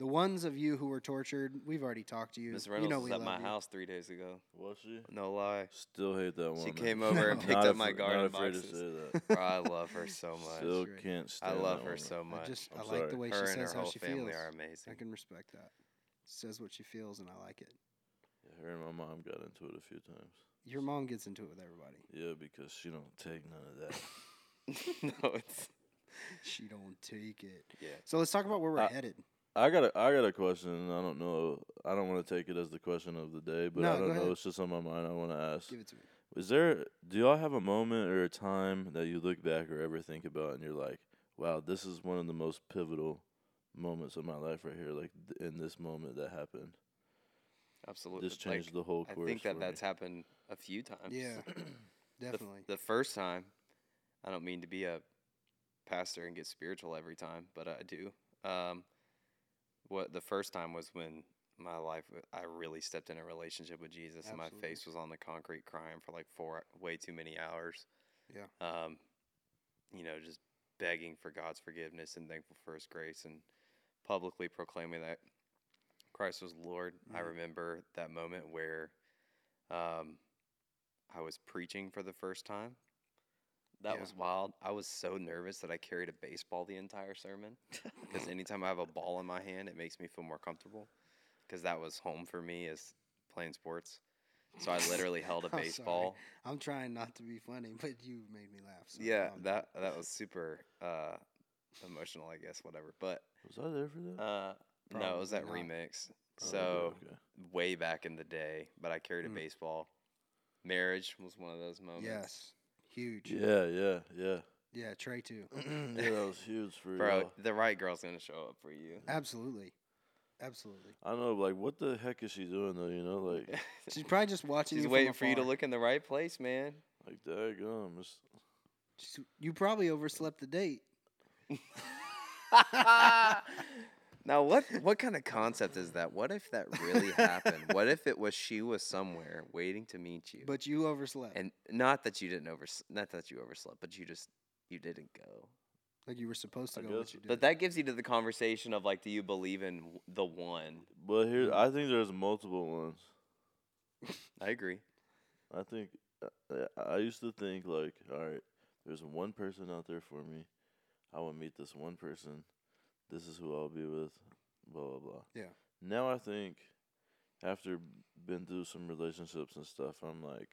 [SPEAKER 1] the ones of you who were tortured, we've already talked to you.
[SPEAKER 2] Miss Reynolds
[SPEAKER 1] you know
[SPEAKER 2] was
[SPEAKER 1] we
[SPEAKER 2] at
[SPEAKER 1] love
[SPEAKER 2] my
[SPEAKER 1] you.
[SPEAKER 2] house three days ago.
[SPEAKER 3] Was she?
[SPEAKER 2] No lie.
[SPEAKER 3] Still hate that woman.
[SPEAKER 2] She came over and
[SPEAKER 1] No.
[SPEAKER 2] picked
[SPEAKER 3] Not
[SPEAKER 2] up my
[SPEAKER 3] afraid-
[SPEAKER 2] garden
[SPEAKER 3] not afraid
[SPEAKER 2] boxes.
[SPEAKER 3] To say that.
[SPEAKER 2] Bro, I love her so
[SPEAKER 3] Still
[SPEAKER 2] much.
[SPEAKER 1] Right.
[SPEAKER 3] can't
[SPEAKER 2] I
[SPEAKER 3] stand
[SPEAKER 2] love
[SPEAKER 3] that
[SPEAKER 2] her
[SPEAKER 3] woman.
[SPEAKER 2] so much.
[SPEAKER 1] I just
[SPEAKER 3] I'm
[SPEAKER 1] i like
[SPEAKER 3] sorry.
[SPEAKER 1] the way
[SPEAKER 2] her
[SPEAKER 1] she
[SPEAKER 2] and
[SPEAKER 1] says
[SPEAKER 2] her
[SPEAKER 1] how
[SPEAKER 2] whole
[SPEAKER 1] she
[SPEAKER 2] family
[SPEAKER 1] feels.
[SPEAKER 2] are
[SPEAKER 1] I
[SPEAKER 2] amazing.
[SPEAKER 1] can respect that. Says what she feels, and I like it.
[SPEAKER 3] Yeah, her and my mom got into it a few times.
[SPEAKER 1] Your mom gets into it with everybody.
[SPEAKER 3] Yeah, because she don't take none of that.
[SPEAKER 2] no, it's
[SPEAKER 1] She don't take it.
[SPEAKER 2] yeah.
[SPEAKER 1] So let's talk about where we're
[SPEAKER 3] Uh,
[SPEAKER 1] headed.
[SPEAKER 3] I got a I got a question. and I don't know. I don't want to take it as the question of the day, but
[SPEAKER 1] No,
[SPEAKER 3] I
[SPEAKER 1] go
[SPEAKER 3] don't
[SPEAKER 1] ahead.
[SPEAKER 3] know. It's just on my mind. I want to ask.
[SPEAKER 1] Give it to me.
[SPEAKER 3] Is there? Do y'all have a moment or a time that you look back or ever think about, and you're like, "Wow, this is one of the most pivotal moments of my life right here." Like th- in this moment that happened,
[SPEAKER 2] Absolutely.
[SPEAKER 3] this changed the whole
[SPEAKER 2] I
[SPEAKER 3] course.
[SPEAKER 2] think that
[SPEAKER 3] for
[SPEAKER 2] that's
[SPEAKER 3] me.
[SPEAKER 2] happened a few times.
[SPEAKER 1] Yeah,
[SPEAKER 2] The f-
[SPEAKER 1] definitely.
[SPEAKER 2] The, first time, I don't mean to be a pastor and get spiritual every time, but I do. Um, what the first time was when my life, w- I really stepped in a relationship with Jesus, and my
[SPEAKER 1] Absolutely.
[SPEAKER 2] face was on the concrete crying for like four, way too many hours.
[SPEAKER 1] Yeah.
[SPEAKER 2] Um, you know, just begging for God's forgiveness and thankful for His grace, and publicly proclaiming that Christ was Lord. I
[SPEAKER 1] Mhm.
[SPEAKER 2] remember that moment where um, I was preaching for the first time. That
[SPEAKER 1] Yeah.
[SPEAKER 2] was wild. I was so nervous that I carried a baseball the entire sermon because anytime I have a ball in my hand, it makes me feel more comfortable. Because that was home for me is playing sports. So I literally held a
[SPEAKER 1] I'm sorry.
[SPEAKER 2] baseball.
[SPEAKER 1] I'm trying not to be funny, but you made me laugh. So
[SPEAKER 2] Yeah,
[SPEAKER 1] I'm-
[SPEAKER 2] that that was super uh, emotional, I guess. Whatever, but
[SPEAKER 3] Was I there for that?
[SPEAKER 2] uh, no, it was that
[SPEAKER 1] Probably not.
[SPEAKER 2] remix.
[SPEAKER 3] Oh, okay,
[SPEAKER 2] So
[SPEAKER 3] okay.
[SPEAKER 2] way back in the day, but I carried a
[SPEAKER 1] Mm.
[SPEAKER 2] baseball. Marriage was one of those moments.
[SPEAKER 1] yes, huge. Yeah,
[SPEAKER 3] yeah, yeah, yeah,
[SPEAKER 1] Trey too.
[SPEAKER 3] yeah. That was huge for
[SPEAKER 2] Bro,
[SPEAKER 3] y'all.
[SPEAKER 2] the right girl's gonna show up for you.
[SPEAKER 1] Absolutely, absolutely.
[SPEAKER 3] I know, like, what the heck is she doing though? You know, like,
[SPEAKER 1] She's probably just watching.
[SPEAKER 2] She's
[SPEAKER 1] you
[SPEAKER 2] waiting
[SPEAKER 1] from
[SPEAKER 2] for you to
[SPEAKER 1] afar.
[SPEAKER 2] look in the right place, man.
[SPEAKER 3] like, daggum, it's
[SPEAKER 1] She's- You probably overslept the date.
[SPEAKER 2] now what what kind of concept is that? What if that really happened? What if it was she was somewhere waiting to meet you?
[SPEAKER 1] But you overslept.
[SPEAKER 2] and not that you didn't over not that you overslept, but you just you didn't go.
[SPEAKER 1] like you were supposed to
[SPEAKER 3] I
[SPEAKER 1] go,
[SPEAKER 3] guess-
[SPEAKER 1] but you did.
[SPEAKER 2] But that gives you to the conversation of like, do you believe in w- the one?
[SPEAKER 3] But here,
[SPEAKER 1] Mhm.
[SPEAKER 3] I think there's multiple ones.
[SPEAKER 2] I agree.
[SPEAKER 3] I think I- I- I used to think like, all right, there's one person out there for me. I will meet this one person. This is who I'll be with. Blah blah blah.
[SPEAKER 1] Yeah.
[SPEAKER 3] Now I think, after been through some relationships and stuff, I'm like,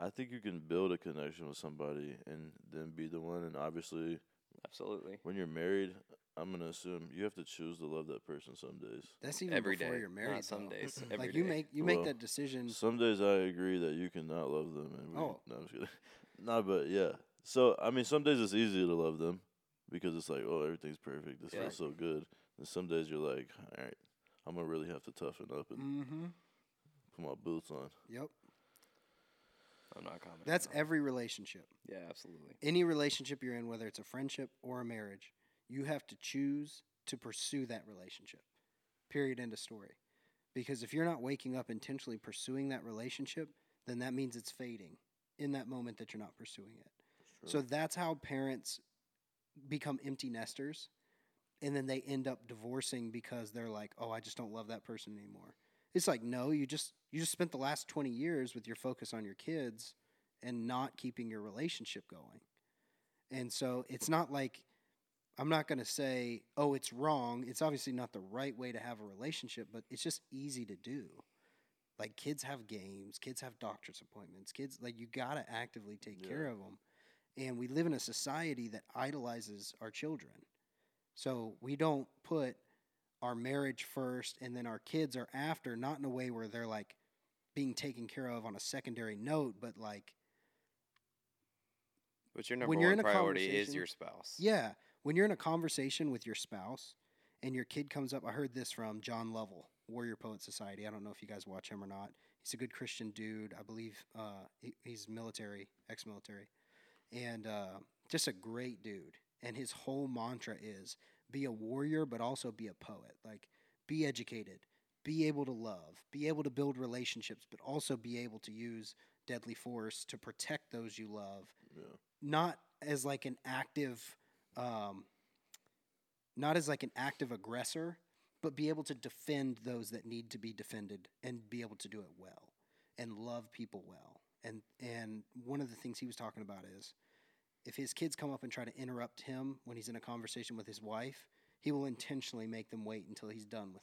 [SPEAKER 3] I think you can build a connection with somebody and then be the one. And obviously,
[SPEAKER 2] Absolutely.
[SPEAKER 3] when you're married, I'm gonna assume you have to choose to love that person some days.
[SPEAKER 1] That's even
[SPEAKER 2] every
[SPEAKER 1] before
[SPEAKER 2] day,
[SPEAKER 1] you're married.
[SPEAKER 2] Not some
[SPEAKER 1] though.
[SPEAKER 2] days. every
[SPEAKER 1] Like you
[SPEAKER 2] day.
[SPEAKER 1] make you make
[SPEAKER 3] Well,
[SPEAKER 1] that decision.
[SPEAKER 3] Some days I agree that you cannot love them, and we,
[SPEAKER 1] Oh.
[SPEAKER 3] no, I'm just kidding. nah, but yeah. So I mean, some days it's easy to love them because it's like, oh, everything's perfect. This
[SPEAKER 2] Yeah.
[SPEAKER 3] feels so good. And some days you're like, all right, I'm gonna really have to toughen up and
[SPEAKER 1] Mm-hmm.
[SPEAKER 3] put my boots on.
[SPEAKER 1] Yep.
[SPEAKER 2] I'm not commenting.
[SPEAKER 1] That's e
[SPEAKER 2] on it.
[SPEAKER 1] every relationship.
[SPEAKER 2] yeah, absolutely.
[SPEAKER 1] Any relationship you're in, whether it's a friendship or a marriage, you have to choose to pursue that relationship. Period. End of story. Because if you're not waking up intentionally pursuing that relationship, then that means it's fading in that moment that you're not pursuing it.
[SPEAKER 3] Hmm.
[SPEAKER 1] So that's how parents become empty nesters and then they end up divorcing because they're like, "Oh, I just don't love that person anymore." It's like, "No, you just you just spent the last 20 years with your focus on your kids and not keeping your relationship going." And so it's not like I'm not going to say, "Oh, it's wrong." It's obviously not the right way to have a relationship, but it's just easy to do. Like kids have games, kids have doctor's appointments, kids like you got to actively take
[SPEAKER 3] Yeah.
[SPEAKER 1] care of them. And we live in a society that idolizes our children. So we don't put our marriage first and then our kids are after, not in a way where they're like being taken care of on a secondary note, but like,
[SPEAKER 2] But your number
[SPEAKER 1] When you're in
[SPEAKER 2] one
[SPEAKER 1] a
[SPEAKER 2] priority is
[SPEAKER 1] conversation-
[SPEAKER 2] your spouse.
[SPEAKER 1] yeah, when you're in a conversation with your spouse and your kid comes up, I heard this from John Lovell, Warrior Poet Society. I don't know if you guys watch him or not. He's a good Christian dude. I believe uh, he, he's military, ex military, and uh, just a great dude. And his whole mantra is be a warrior, but also be a poet. Like, be educated, be able to love, be able to build relationships, but also be able to use deadly force to protect those you love
[SPEAKER 3] Yeah.
[SPEAKER 1] not as like an active um, not as like an active aggressor but be able to defend those that need to be defended and be able to do it well and love people well and and one of the things he was talking about is if his kids come up and try to interrupt him when he's in a conversation with his wife he will intentionally make them wait until he's done with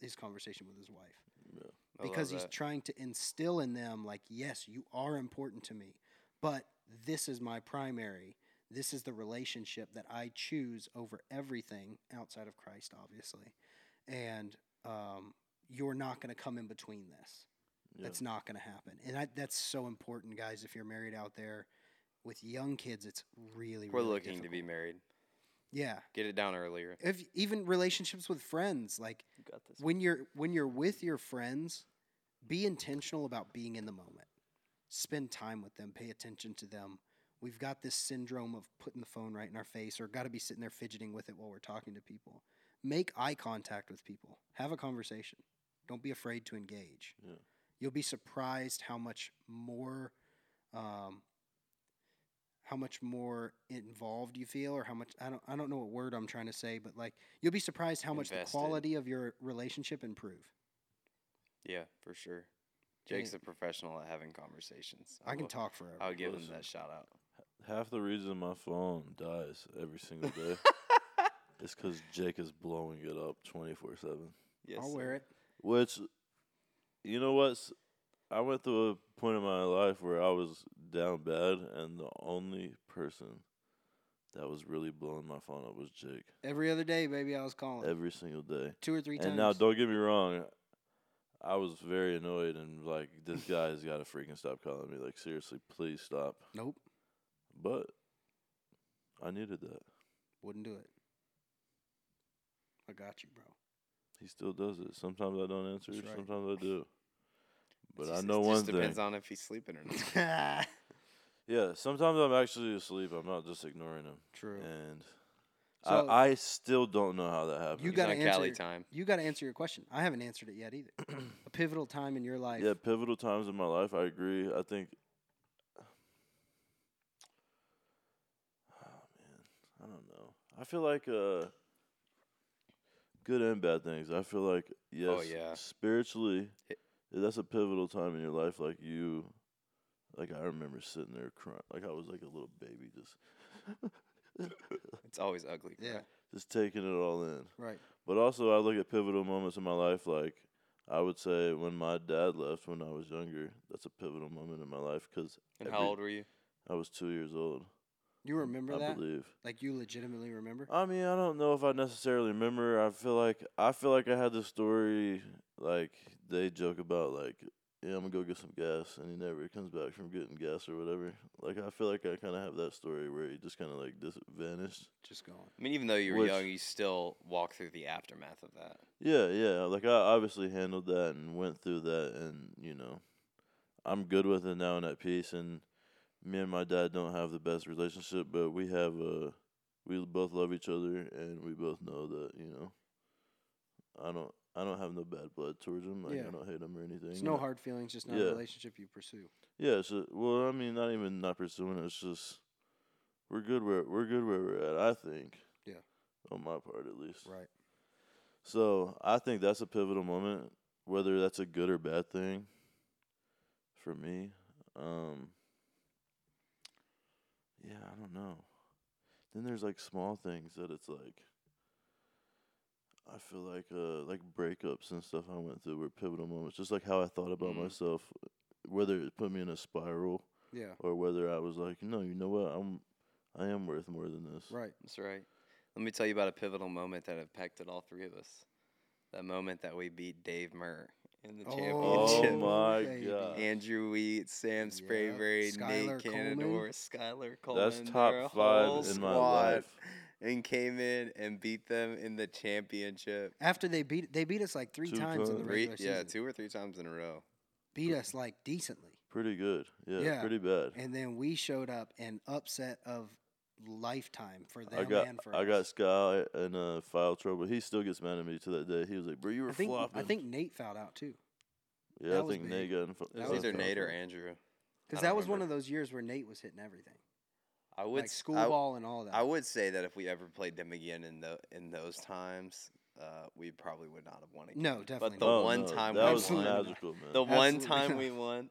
[SPEAKER 1] his conversation with his wife
[SPEAKER 3] Yeah.
[SPEAKER 2] I love
[SPEAKER 1] because he's
[SPEAKER 2] that.
[SPEAKER 1] trying to instill in them like yes you are important to me but this is my primary this is the relationship that i choose over everything outside of christ obviously and um, you're not going to come in between this
[SPEAKER 3] Yeah.
[SPEAKER 1] that's not going to happen and I, that's so important guys if you're married out there with young kids it's really
[SPEAKER 2] we're
[SPEAKER 1] really
[SPEAKER 2] looking to be
[SPEAKER 1] difficult.
[SPEAKER 2] married.
[SPEAKER 1] yeah
[SPEAKER 2] Get it down earlier.
[SPEAKER 1] if even relationships with friends like
[SPEAKER 2] You got this.
[SPEAKER 1] when you're when you're with your friends be intentional about being in the moment spend time with them pay attention to them we've got this syndrome of putting the phone right in our face or got to be sitting there fidgeting with it while we're talking to people make eye contact with people have a conversation don't be afraid to engage
[SPEAKER 3] Yeah.
[SPEAKER 1] you'll be surprised how much more um, how much more involved you feel or how much I don't I don't know what word I'm trying to say but like you'll be surprised how much the
[SPEAKER 2] Invested.
[SPEAKER 1] quality of your relationship improve.
[SPEAKER 2] Yeah, for sure. Jake's a professional at having conversations.
[SPEAKER 1] I
[SPEAKER 3] Oh,
[SPEAKER 1] can
[SPEAKER 2] will-
[SPEAKER 1] talk forever.
[SPEAKER 2] I'll give him
[SPEAKER 3] Listen.
[SPEAKER 2] that shout out.
[SPEAKER 3] Half the reason my phone dies every single day is because Jake is blowing it up 24 7.
[SPEAKER 2] Yes,
[SPEAKER 1] I'll wear it.
[SPEAKER 3] Which, you know what? s- I went through a point in my life where I was down bad, and the only person that was really blowing my phone up was Jake
[SPEAKER 1] Every other day, baby, I was calling.
[SPEAKER 3] every single day.
[SPEAKER 1] Two or three
[SPEAKER 3] And
[SPEAKER 1] times.
[SPEAKER 3] now, don't get me wrong, I was very annoyed and like, this guy has got to freaking stop calling me. Like, seriously, please stop.
[SPEAKER 1] nope.
[SPEAKER 3] But I needed that.
[SPEAKER 1] Wouldn't do it. I got you, bro.
[SPEAKER 3] He still does it. Sometimes I don't answer.
[SPEAKER 1] That's right.
[SPEAKER 3] Sometimes I do.
[SPEAKER 2] It
[SPEAKER 3] But I
[SPEAKER 2] just-
[SPEAKER 3] know
[SPEAKER 2] it
[SPEAKER 3] one
[SPEAKER 2] just
[SPEAKER 3] thing.
[SPEAKER 2] depends on if he's sleeping or not.
[SPEAKER 3] yeah, sometimes I'm actually asleep. I'm not just ignoring him.
[SPEAKER 1] True.
[SPEAKER 3] And
[SPEAKER 1] So-
[SPEAKER 3] I, I still don't know how that happened.
[SPEAKER 1] You
[SPEAKER 2] He's
[SPEAKER 1] gotta
[SPEAKER 2] on Cali
[SPEAKER 1] answer-
[SPEAKER 2] time.
[SPEAKER 1] You got to answer your question. I haven't answered it yet either. a pivotal time in your life.
[SPEAKER 3] yeah, pivotal times in my life. I agree. I think. ah, Oh man, I don't know. I feel like uh, good and bad things. I feel like yes,
[SPEAKER 2] Oh, yeah.
[SPEAKER 3] spiritually,
[SPEAKER 2] It-
[SPEAKER 3] that's a pivotal time in your life. Like you, like I remember sitting there crying, like I was like a little baby, just
[SPEAKER 2] It's always ugly.
[SPEAKER 1] Yeah.
[SPEAKER 2] right?
[SPEAKER 3] just taking it all in.
[SPEAKER 1] Right.
[SPEAKER 3] But also, I look at pivotal moments in my life. Like I would say, when my dad left when I was younger, that's a pivotal moment in my life because
[SPEAKER 2] And how old were you?
[SPEAKER 3] I was two years old.
[SPEAKER 1] You remember
[SPEAKER 3] I
[SPEAKER 1] that?
[SPEAKER 3] believe.
[SPEAKER 1] Like you legitimately remember?
[SPEAKER 3] I mean, I don't know if I necessarily remember. I feel like I feel like I had the story like they joke about like. Yeah, I'm gonna go get some gas, and he never comes back from getting gas or whatever. Like I feel like I kind of have that story where he just kind of like dis- vanished.
[SPEAKER 1] Just going.
[SPEAKER 2] I mean, even though you were
[SPEAKER 3] Which-
[SPEAKER 2] young, you still walk through the aftermath of that.
[SPEAKER 3] Yeah, yeah. Like I obviously handled that and went through that, and you know, I'm good with it now and at peace. And me and my dad don't have the best relationship, but we have a, we both love each other, and we both know that you know, I don't, I don't have no bad blood towards him. Like
[SPEAKER 1] Yeah.
[SPEAKER 3] I don't hate him or anything.
[SPEAKER 1] It's no
[SPEAKER 3] and-
[SPEAKER 1] hard feelings, just not a
[SPEAKER 3] Yeah.
[SPEAKER 1] relationship you pursue.
[SPEAKER 3] Yeah. So well, I mean, not even not pursuing it. It's just we're good where we're good where we're at. I think.
[SPEAKER 1] Yeah.
[SPEAKER 3] On my part, at least.
[SPEAKER 1] Right.
[SPEAKER 3] So I think that's a pivotal moment, whether that's a good or bad thing for me. Um, yeah, I don't know. Then there's like small things that it's like I feel like uh like breakups and stuff I went through were pivotal moments. Just like how I thought about
[SPEAKER 2] Mm.
[SPEAKER 3] myself, whether it put me in a spiral
[SPEAKER 1] Yeah.
[SPEAKER 3] or whether I was like, no, you know what, I'm I am worth more than this.
[SPEAKER 1] Right.
[SPEAKER 2] That's right. Let me tell you about a pivotal moment that impacted all three of us. That moment that we beat Dave Murr in the
[SPEAKER 1] Oh,
[SPEAKER 2] championship.
[SPEAKER 3] my
[SPEAKER 1] baby.
[SPEAKER 3] God.
[SPEAKER 2] Andrew Wheat, Sam Sprayberry,
[SPEAKER 1] Uh, Skylar
[SPEAKER 2] Nate Canador,
[SPEAKER 1] Coleman.
[SPEAKER 2] Skylar Coleman.
[SPEAKER 3] That's
[SPEAKER 2] their
[SPEAKER 3] top
[SPEAKER 2] whole
[SPEAKER 3] five in my
[SPEAKER 2] squad,
[SPEAKER 3] life.
[SPEAKER 2] And came in and beat them in the championship.
[SPEAKER 1] After they beat they beat us like three
[SPEAKER 3] Two
[SPEAKER 1] times in the
[SPEAKER 3] times.
[SPEAKER 2] Three,
[SPEAKER 1] regular
[SPEAKER 2] yeah,
[SPEAKER 1] season.
[SPEAKER 2] two or three times in a row.
[SPEAKER 1] Beat us like decently,
[SPEAKER 3] Pretty good. Yeah,
[SPEAKER 1] Yeah.
[SPEAKER 3] pretty bad.
[SPEAKER 1] and then we showed up an upset of lifetime for them
[SPEAKER 3] I got
[SPEAKER 1] and for
[SPEAKER 3] I got
[SPEAKER 1] us.
[SPEAKER 3] Sky in uh, file trouble. He still gets mad at me to that day. He was like, "Bro, you were
[SPEAKER 1] I think
[SPEAKER 3] flopping."
[SPEAKER 1] I think Nate fouled out too
[SPEAKER 3] Yeah,
[SPEAKER 1] that
[SPEAKER 3] I
[SPEAKER 1] was
[SPEAKER 3] think Nate
[SPEAKER 1] big.
[SPEAKER 3] got in. fou-
[SPEAKER 1] That
[SPEAKER 2] It
[SPEAKER 3] uh,
[SPEAKER 2] was
[SPEAKER 1] was
[SPEAKER 2] either
[SPEAKER 3] foul
[SPEAKER 2] Nate or
[SPEAKER 3] trouble.
[SPEAKER 2] Andrew.
[SPEAKER 1] because
[SPEAKER 2] I
[SPEAKER 1] that
[SPEAKER 2] don't
[SPEAKER 1] was one
[SPEAKER 2] remember.
[SPEAKER 1] of those years where Nate was hitting everything,
[SPEAKER 2] I would
[SPEAKER 1] like
[SPEAKER 2] s-
[SPEAKER 1] school
[SPEAKER 2] I-
[SPEAKER 1] ball and all that.
[SPEAKER 2] I would say that if we ever played them again in the in those times, uh, we probably would not have won again.
[SPEAKER 1] no, definitely.
[SPEAKER 2] the
[SPEAKER 1] not.
[SPEAKER 3] Oh,
[SPEAKER 2] one
[SPEAKER 3] no,
[SPEAKER 2] time
[SPEAKER 3] that
[SPEAKER 1] we
[SPEAKER 3] was
[SPEAKER 1] won.
[SPEAKER 3] magical, man.
[SPEAKER 2] The one
[SPEAKER 1] Absolutely
[SPEAKER 2] time
[SPEAKER 1] not.
[SPEAKER 2] we won,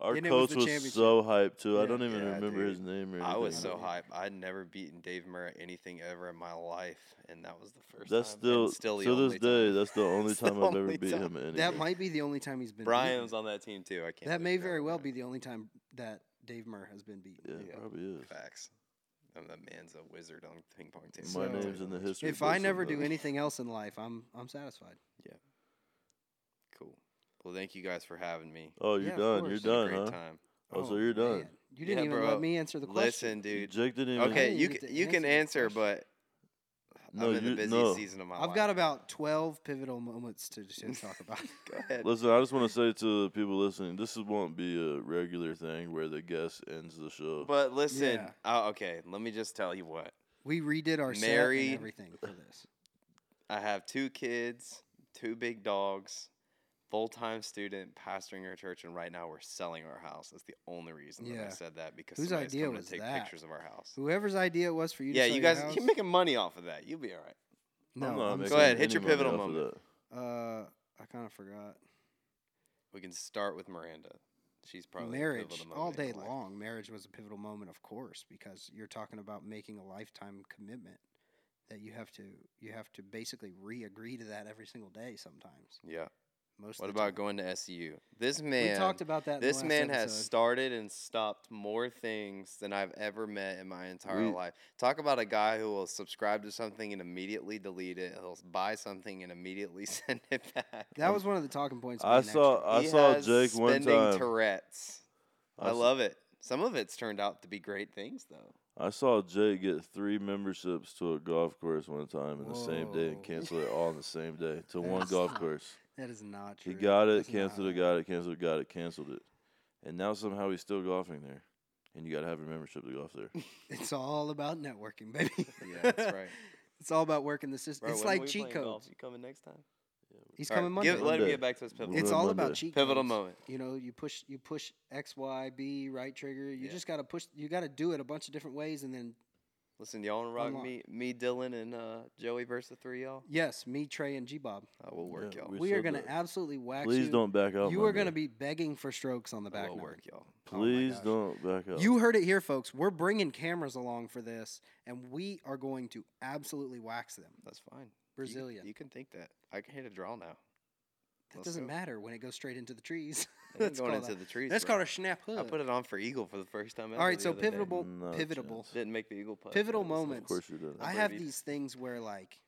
[SPEAKER 3] Our
[SPEAKER 1] and it was
[SPEAKER 3] coach
[SPEAKER 1] the
[SPEAKER 3] was,
[SPEAKER 1] championship.
[SPEAKER 3] so hyped too. I
[SPEAKER 1] Yeah.
[SPEAKER 3] don't even
[SPEAKER 2] Yeah,
[SPEAKER 3] remember
[SPEAKER 2] dude.
[SPEAKER 3] his name or anything.
[SPEAKER 2] I was so
[SPEAKER 1] about it.
[SPEAKER 2] hype. I'd never beaten Dave Murray at anything ever in my life, and that was the first.
[SPEAKER 3] That's
[SPEAKER 2] time,
[SPEAKER 3] still,
[SPEAKER 2] and still the
[SPEAKER 3] to this
[SPEAKER 2] only
[SPEAKER 3] day.
[SPEAKER 2] time.
[SPEAKER 3] That's the only
[SPEAKER 2] It's the
[SPEAKER 3] time I've ever
[SPEAKER 2] only
[SPEAKER 3] beat
[SPEAKER 2] time.
[SPEAKER 3] him. Anyway.
[SPEAKER 1] That might be the only time he's been.
[SPEAKER 2] Brian
[SPEAKER 1] beaten.
[SPEAKER 2] was on that team too. I can't.
[SPEAKER 1] That may
[SPEAKER 2] believe
[SPEAKER 1] very well
[SPEAKER 2] Brian
[SPEAKER 1] be the only time that Dave Murr has been beaten.
[SPEAKER 3] Yeah,
[SPEAKER 2] Yeah.
[SPEAKER 3] probably is.
[SPEAKER 2] Murray. facts. And that man's a wizard on ping pong table.
[SPEAKER 3] My
[SPEAKER 1] So-
[SPEAKER 3] name's in the history.
[SPEAKER 1] If I
[SPEAKER 3] books
[SPEAKER 1] never do
[SPEAKER 3] somehow.
[SPEAKER 1] anything else in life, I'm I'm satisfied.
[SPEAKER 2] Cool. Well, thank you guys for having me.
[SPEAKER 3] Oh, you're
[SPEAKER 1] Yeah, of
[SPEAKER 3] done. You're
[SPEAKER 1] course.
[SPEAKER 2] It's been a
[SPEAKER 3] done,
[SPEAKER 2] great
[SPEAKER 3] huh?
[SPEAKER 2] time.
[SPEAKER 3] Oh, so you're done.
[SPEAKER 1] man. You didn't
[SPEAKER 2] Yeah,
[SPEAKER 1] even
[SPEAKER 2] bro.
[SPEAKER 1] let me answer the question.
[SPEAKER 2] Listen, dude.
[SPEAKER 3] Jake didn't even.
[SPEAKER 2] Okay,
[SPEAKER 1] didn't
[SPEAKER 2] you
[SPEAKER 1] even get
[SPEAKER 2] can
[SPEAKER 1] to
[SPEAKER 2] you can
[SPEAKER 1] answer
[SPEAKER 2] answer,
[SPEAKER 1] the
[SPEAKER 2] but
[SPEAKER 3] No,
[SPEAKER 2] I'm in the
[SPEAKER 3] you-
[SPEAKER 2] busy
[SPEAKER 3] no.
[SPEAKER 2] season of my life.
[SPEAKER 1] I've got about 12 pivotal moments to, to talk about.
[SPEAKER 2] Go ahead.
[SPEAKER 3] Listen, I just want to say to the people listening, this is- won't be a regular thing where the guest ends the show.
[SPEAKER 2] But listen,
[SPEAKER 1] Yeah.
[SPEAKER 2] oh, okay, let me just tell you what.
[SPEAKER 1] We redid our set
[SPEAKER 2] Married.
[SPEAKER 1] and everything for this.
[SPEAKER 2] I have two kids, two big dogs, full time student, pastoring our church, and right now we're selling our house. That's the only reason that I
[SPEAKER 1] Yeah.
[SPEAKER 2] said that because
[SPEAKER 1] Whose
[SPEAKER 2] somebody's
[SPEAKER 1] idea
[SPEAKER 2] coming
[SPEAKER 1] was
[SPEAKER 2] to take
[SPEAKER 1] that?
[SPEAKER 2] pictures of our house.
[SPEAKER 1] Whoever's idea it was for you to
[SPEAKER 2] yeah,
[SPEAKER 1] sell
[SPEAKER 2] you
[SPEAKER 1] your
[SPEAKER 2] guys
[SPEAKER 1] house,
[SPEAKER 2] keep making money off of that. You'll be all right.
[SPEAKER 1] No,
[SPEAKER 3] I'm not
[SPEAKER 1] I'm
[SPEAKER 3] making
[SPEAKER 2] Go ahead, hit
[SPEAKER 3] any
[SPEAKER 2] your
[SPEAKER 3] money
[SPEAKER 2] pivotal
[SPEAKER 3] off of
[SPEAKER 2] moment.
[SPEAKER 3] that.
[SPEAKER 1] Uh, I kind of forgot.
[SPEAKER 2] We can start with Miranda. She's probably the pivotal
[SPEAKER 1] marriage
[SPEAKER 2] moment
[SPEAKER 1] all
[SPEAKER 2] in your
[SPEAKER 1] day
[SPEAKER 2] life.
[SPEAKER 1] long. Marriage was a pivotal moment, of course, because you're talking about making a lifetime commitment that you have to you have to basically re-agree to that every single day. Sometimes,
[SPEAKER 2] Yeah.
[SPEAKER 1] most.
[SPEAKER 2] What
[SPEAKER 1] of the
[SPEAKER 2] about
[SPEAKER 1] time.
[SPEAKER 2] going to SU? This man.
[SPEAKER 1] We talked about that. in the
[SPEAKER 2] This
[SPEAKER 1] last
[SPEAKER 2] man has
[SPEAKER 1] episode.
[SPEAKER 2] started and stopped more things than I've ever met in my entire
[SPEAKER 3] We-
[SPEAKER 2] life. Talk about a guy who will subscribe to something and immediately delete it. He'll buy something and immediately send it back.
[SPEAKER 1] That was one of the talking points. of
[SPEAKER 3] I
[SPEAKER 1] my next
[SPEAKER 3] saw-
[SPEAKER 1] one.
[SPEAKER 3] I
[SPEAKER 2] He
[SPEAKER 3] saw
[SPEAKER 2] has
[SPEAKER 3] Jake one
[SPEAKER 2] spending
[SPEAKER 3] time.
[SPEAKER 2] Tourette's. I,
[SPEAKER 3] s-
[SPEAKER 2] love it. Some of it's turned out to be great things, though.
[SPEAKER 3] I saw Jay get three memberships to a golf course one time in the same day
[SPEAKER 1] Whoa.
[SPEAKER 3] and cancel it all in the same day to one
[SPEAKER 1] That's
[SPEAKER 3] golf
[SPEAKER 1] not
[SPEAKER 3] course.
[SPEAKER 1] That is not
[SPEAKER 3] He
[SPEAKER 1] true.
[SPEAKER 3] got it,
[SPEAKER 1] That's not
[SPEAKER 3] canceled it,
[SPEAKER 1] right.
[SPEAKER 3] got it, canceled it, got it, canceled it. And now somehow he's still golfing there. And you got to have a membership to golf there.
[SPEAKER 1] It's all about networking, baby.
[SPEAKER 2] Yeah, that's right.
[SPEAKER 1] it's all about working the system.
[SPEAKER 2] Bro,
[SPEAKER 1] it's
[SPEAKER 2] when
[SPEAKER 1] like
[SPEAKER 2] we
[SPEAKER 1] cheat
[SPEAKER 2] playing golf?
[SPEAKER 1] codes.
[SPEAKER 2] You coming next time?
[SPEAKER 1] He's
[SPEAKER 2] All right,
[SPEAKER 1] coming
[SPEAKER 2] give-
[SPEAKER 1] Monday.
[SPEAKER 2] let him
[SPEAKER 3] Monday.
[SPEAKER 2] get back to his pivotal.
[SPEAKER 1] it's
[SPEAKER 3] We're
[SPEAKER 1] all
[SPEAKER 3] Monday.
[SPEAKER 1] about cheat
[SPEAKER 2] pivotal
[SPEAKER 1] codes.
[SPEAKER 2] moment.
[SPEAKER 1] You know, you push you push X, Y, B, right trigger. You
[SPEAKER 2] Yeah.
[SPEAKER 1] just gotta push you gotta do it a bunch of different ways and then
[SPEAKER 2] Listen, y'all want to rock
[SPEAKER 1] Unlock.
[SPEAKER 2] me, me, Dylan, and uh, Joey versus the three y'all?
[SPEAKER 1] yes, me, Trey, and G Bob.
[SPEAKER 2] I will work
[SPEAKER 3] Yeah,
[SPEAKER 2] y'all.
[SPEAKER 3] We
[SPEAKER 1] We are
[SPEAKER 3] said
[SPEAKER 1] gonna
[SPEAKER 3] that.
[SPEAKER 1] absolutely wax
[SPEAKER 3] Please
[SPEAKER 1] you.
[SPEAKER 3] don't back out.
[SPEAKER 1] you are
[SPEAKER 3] Monday.
[SPEAKER 1] gonna be begging for strokes on the
[SPEAKER 2] I
[SPEAKER 1] back.
[SPEAKER 2] will
[SPEAKER 1] nine.
[SPEAKER 2] work y'all.
[SPEAKER 1] Oh my
[SPEAKER 3] Please
[SPEAKER 1] gosh.
[SPEAKER 3] don't back out.
[SPEAKER 1] You heard it here, folks. We're bringing cameras along for this, and we are going to absolutely wax them.
[SPEAKER 2] That's fine. You can-
[SPEAKER 1] Brazilian.
[SPEAKER 2] You, can think that. I can hit a draw now.
[SPEAKER 1] That
[SPEAKER 2] Let's
[SPEAKER 1] doesn't
[SPEAKER 2] go.
[SPEAKER 1] matter when it goes straight into the trees.
[SPEAKER 2] It ain't
[SPEAKER 1] That's
[SPEAKER 2] going
[SPEAKER 1] called
[SPEAKER 2] into the trees.
[SPEAKER 1] That's
[SPEAKER 2] bro.
[SPEAKER 1] called a snap hook.
[SPEAKER 2] I put it on for eagle for the first time.
[SPEAKER 1] All
[SPEAKER 2] ever
[SPEAKER 1] right,
[SPEAKER 2] the
[SPEAKER 1] so
[SPEAKER 2] other day.
[SPEAKER 1] pivotal-
[SPEAKER 3] Not a
[SPEAKER 1] pivotable.
[SPEAKER 3] chance.
[SPEAKER 2] Didn't make the eagle putt.
[SPEAKER 1] Pivotal
[SPEAKER 2] but it was-
[SPEAKER 1] moment.
[SPEAKER 3] Of course you didn't.
[SPEAKER 1] I
[SPEAKER 2] Where
[SPEAKER 1] have
[SPEAKER 2] do you-
[SPEAKER 1] these things where like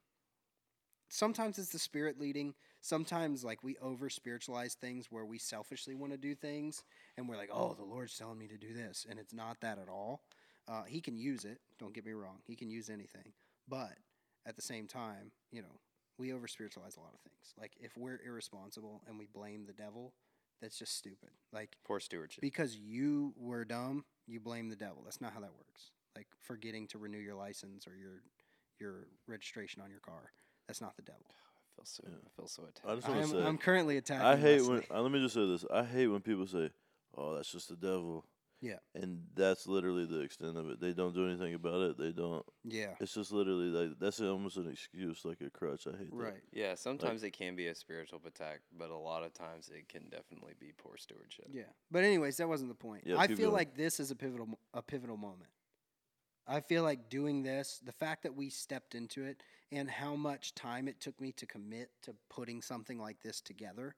[SPEAKER 1] sometimes it's the spirit leading, sometimes like we over spiritualize things where we selfishly want to do things and we're like, "Oh, the Lord's telling me to do this." And it's not that at all. Uh, he can use it, don't get me wrong. He can use anything. But at the same time, you know, we over spiritualize a lot of things. Like if we're irresponsible and we blame the devil, that's just stupid. Like
[SPEAKER 2] Poor stewardship.
[SPEAKER 1] because you were dumb, you blame the devil. That's not how that works. Like forgetting to renew your license or your your registration on your car. That's not the devil.
[SPEAKER 2] I feel so.
[SPEAKER 3] Yeah.
[SPEAKER 2] I feel so attacked.
[SPEAKER 3] I just want to
[SPEAKER 1] I'm,
[SPEAKER 3] say.
[SPEAKER 1] I'm currently attacking.
[SPEAKER 3] I hate when.
[SPEAKER 1] Wesley.
[SPEAKER 3] Uh, let me just say this. I hate when people say, "Oh, that's just the devil."
[SPEAKER 1] Yeah.
[SPEAKER 3] And that's literally the extent of it. They don't do anything about it. They don't.
[SPEAKER 1] yeah,
[SPEAKER 3] It's just literally like that's almost an excuse, like a crutch. I hate that.
[SPEAKER 1] right.
[SPEAKER 2] yeah, sometimes it can be a spiritual attack, but a lot of times it can definitely be poor stewardship.
[SPEAKER 1] Yeah, but anyways, that wasn't the point.
[SPEAKER 3] Yeah,
[SPEAKER 1] I
[SPEAKER 3] keep
[SPEAKER 1] feel
[SPEAKER 3] going.
[SPEAKER 1] like this is a pivotal mo- a pivotal moment. I feel like doing this, the fact that we stepped into it and how much time it took me to commit to putting something like this together,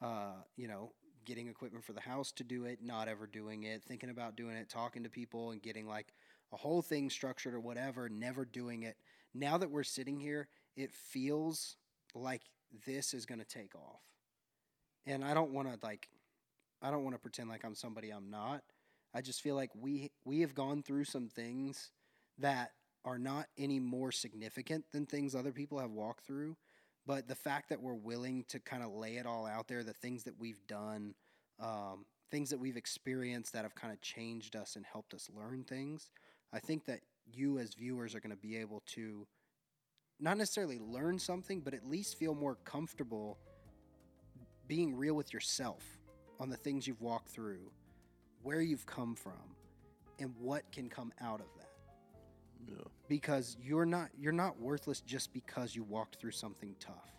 [SPEAKER 1] uh, you know, getting equipment for the house to do it, not ever doing it, thinking about doing it, talking to people and getting like a whole thing structured or whatever, never doing it. Now that we're sitting here, it feels like this is going to take off. and I don't want to like I don't want to pretend like I'm somebody I'm not. I just feel like we we have gone through some things that are not any more significant than things other people have walked through, but the fact that we're willing to kind of lay it all out there, the things that we've done, um, things that we've experienced that have kind of changed us and helped us learn things, I think that you as viewers are going to be able to not necessarily learn something, but at least feel more comfortable being real with yourself on the things you've walked through, where you've come from, and what can come out of that.
[SPEAKER 3] Yeah.
[SPEAKER 1] Because you're not you're not worthless just because you walked through something tough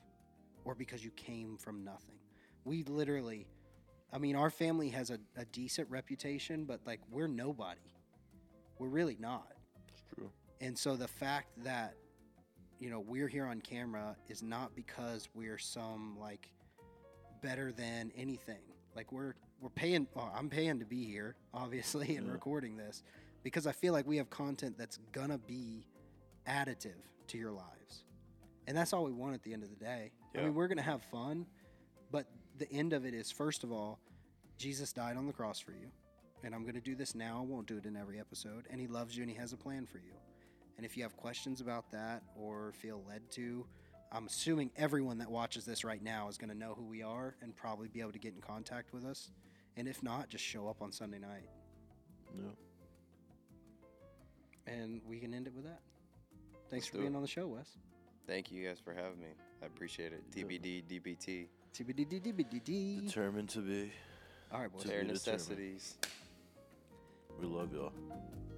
[SPEAKER 1] or because you came from nothing. We literally I mean our family has a, a decent reputation, but like we're nobody. We're really not.
[SPEAKER 3] It's true.
[SPEAKER 1] And so the fact that, you know, we're here on camera is not because we're some like better than anything. Like we're we're paying. Well, I'm paying to be here, obviously, and
[SPEAKER 3] Yeah.
[SPEAKER 1] recording this because I feel like we have content that's gonna be additive to your lives, and that's all we want at the end of the day. I
[SPEAKER 2] Yeah.
[SPEAKER 1] mean, we're gonna have fun, but the end of it is first of all, Jesus died on the cross for you, and I'm gonna do this now. I won't do it in every episode, and He loves you and He has a plan for you. And if you have questions about that or feel led to, I'm assuming everyone that watches this right now is going to know who we are and probably be able to get in contact with us. And if not, just show up on Sunday night.
[SPEAKER 3] Yeah.
[SPEAKER 1] And we can end it with that. Thanks
[SPEAKER 2] Let's
[SPEAKER 1] for
[SPEAKER 2] do
[SPEAKER 1] being
[SPEAKER 2] it.
[SPEAKER 1] on the show, Wes.
[SPEAKER 2] Thank you guys for having me. I appreciate it.
[SPEAKER 3] Yeah.
[SPEAKER 2] TBD, DBT.
[SPEAKER 1] TBDDBDD.
[SPEAKER 3] Determined to be.
[SPEAKER 1] All right, boys.
[SPEAKER 3] To be
[SPEAKER 2] Their
[SPEAKER 3] determined.
[SPEAKER 2] necessities.
[SPEAKER 3] We love y'all.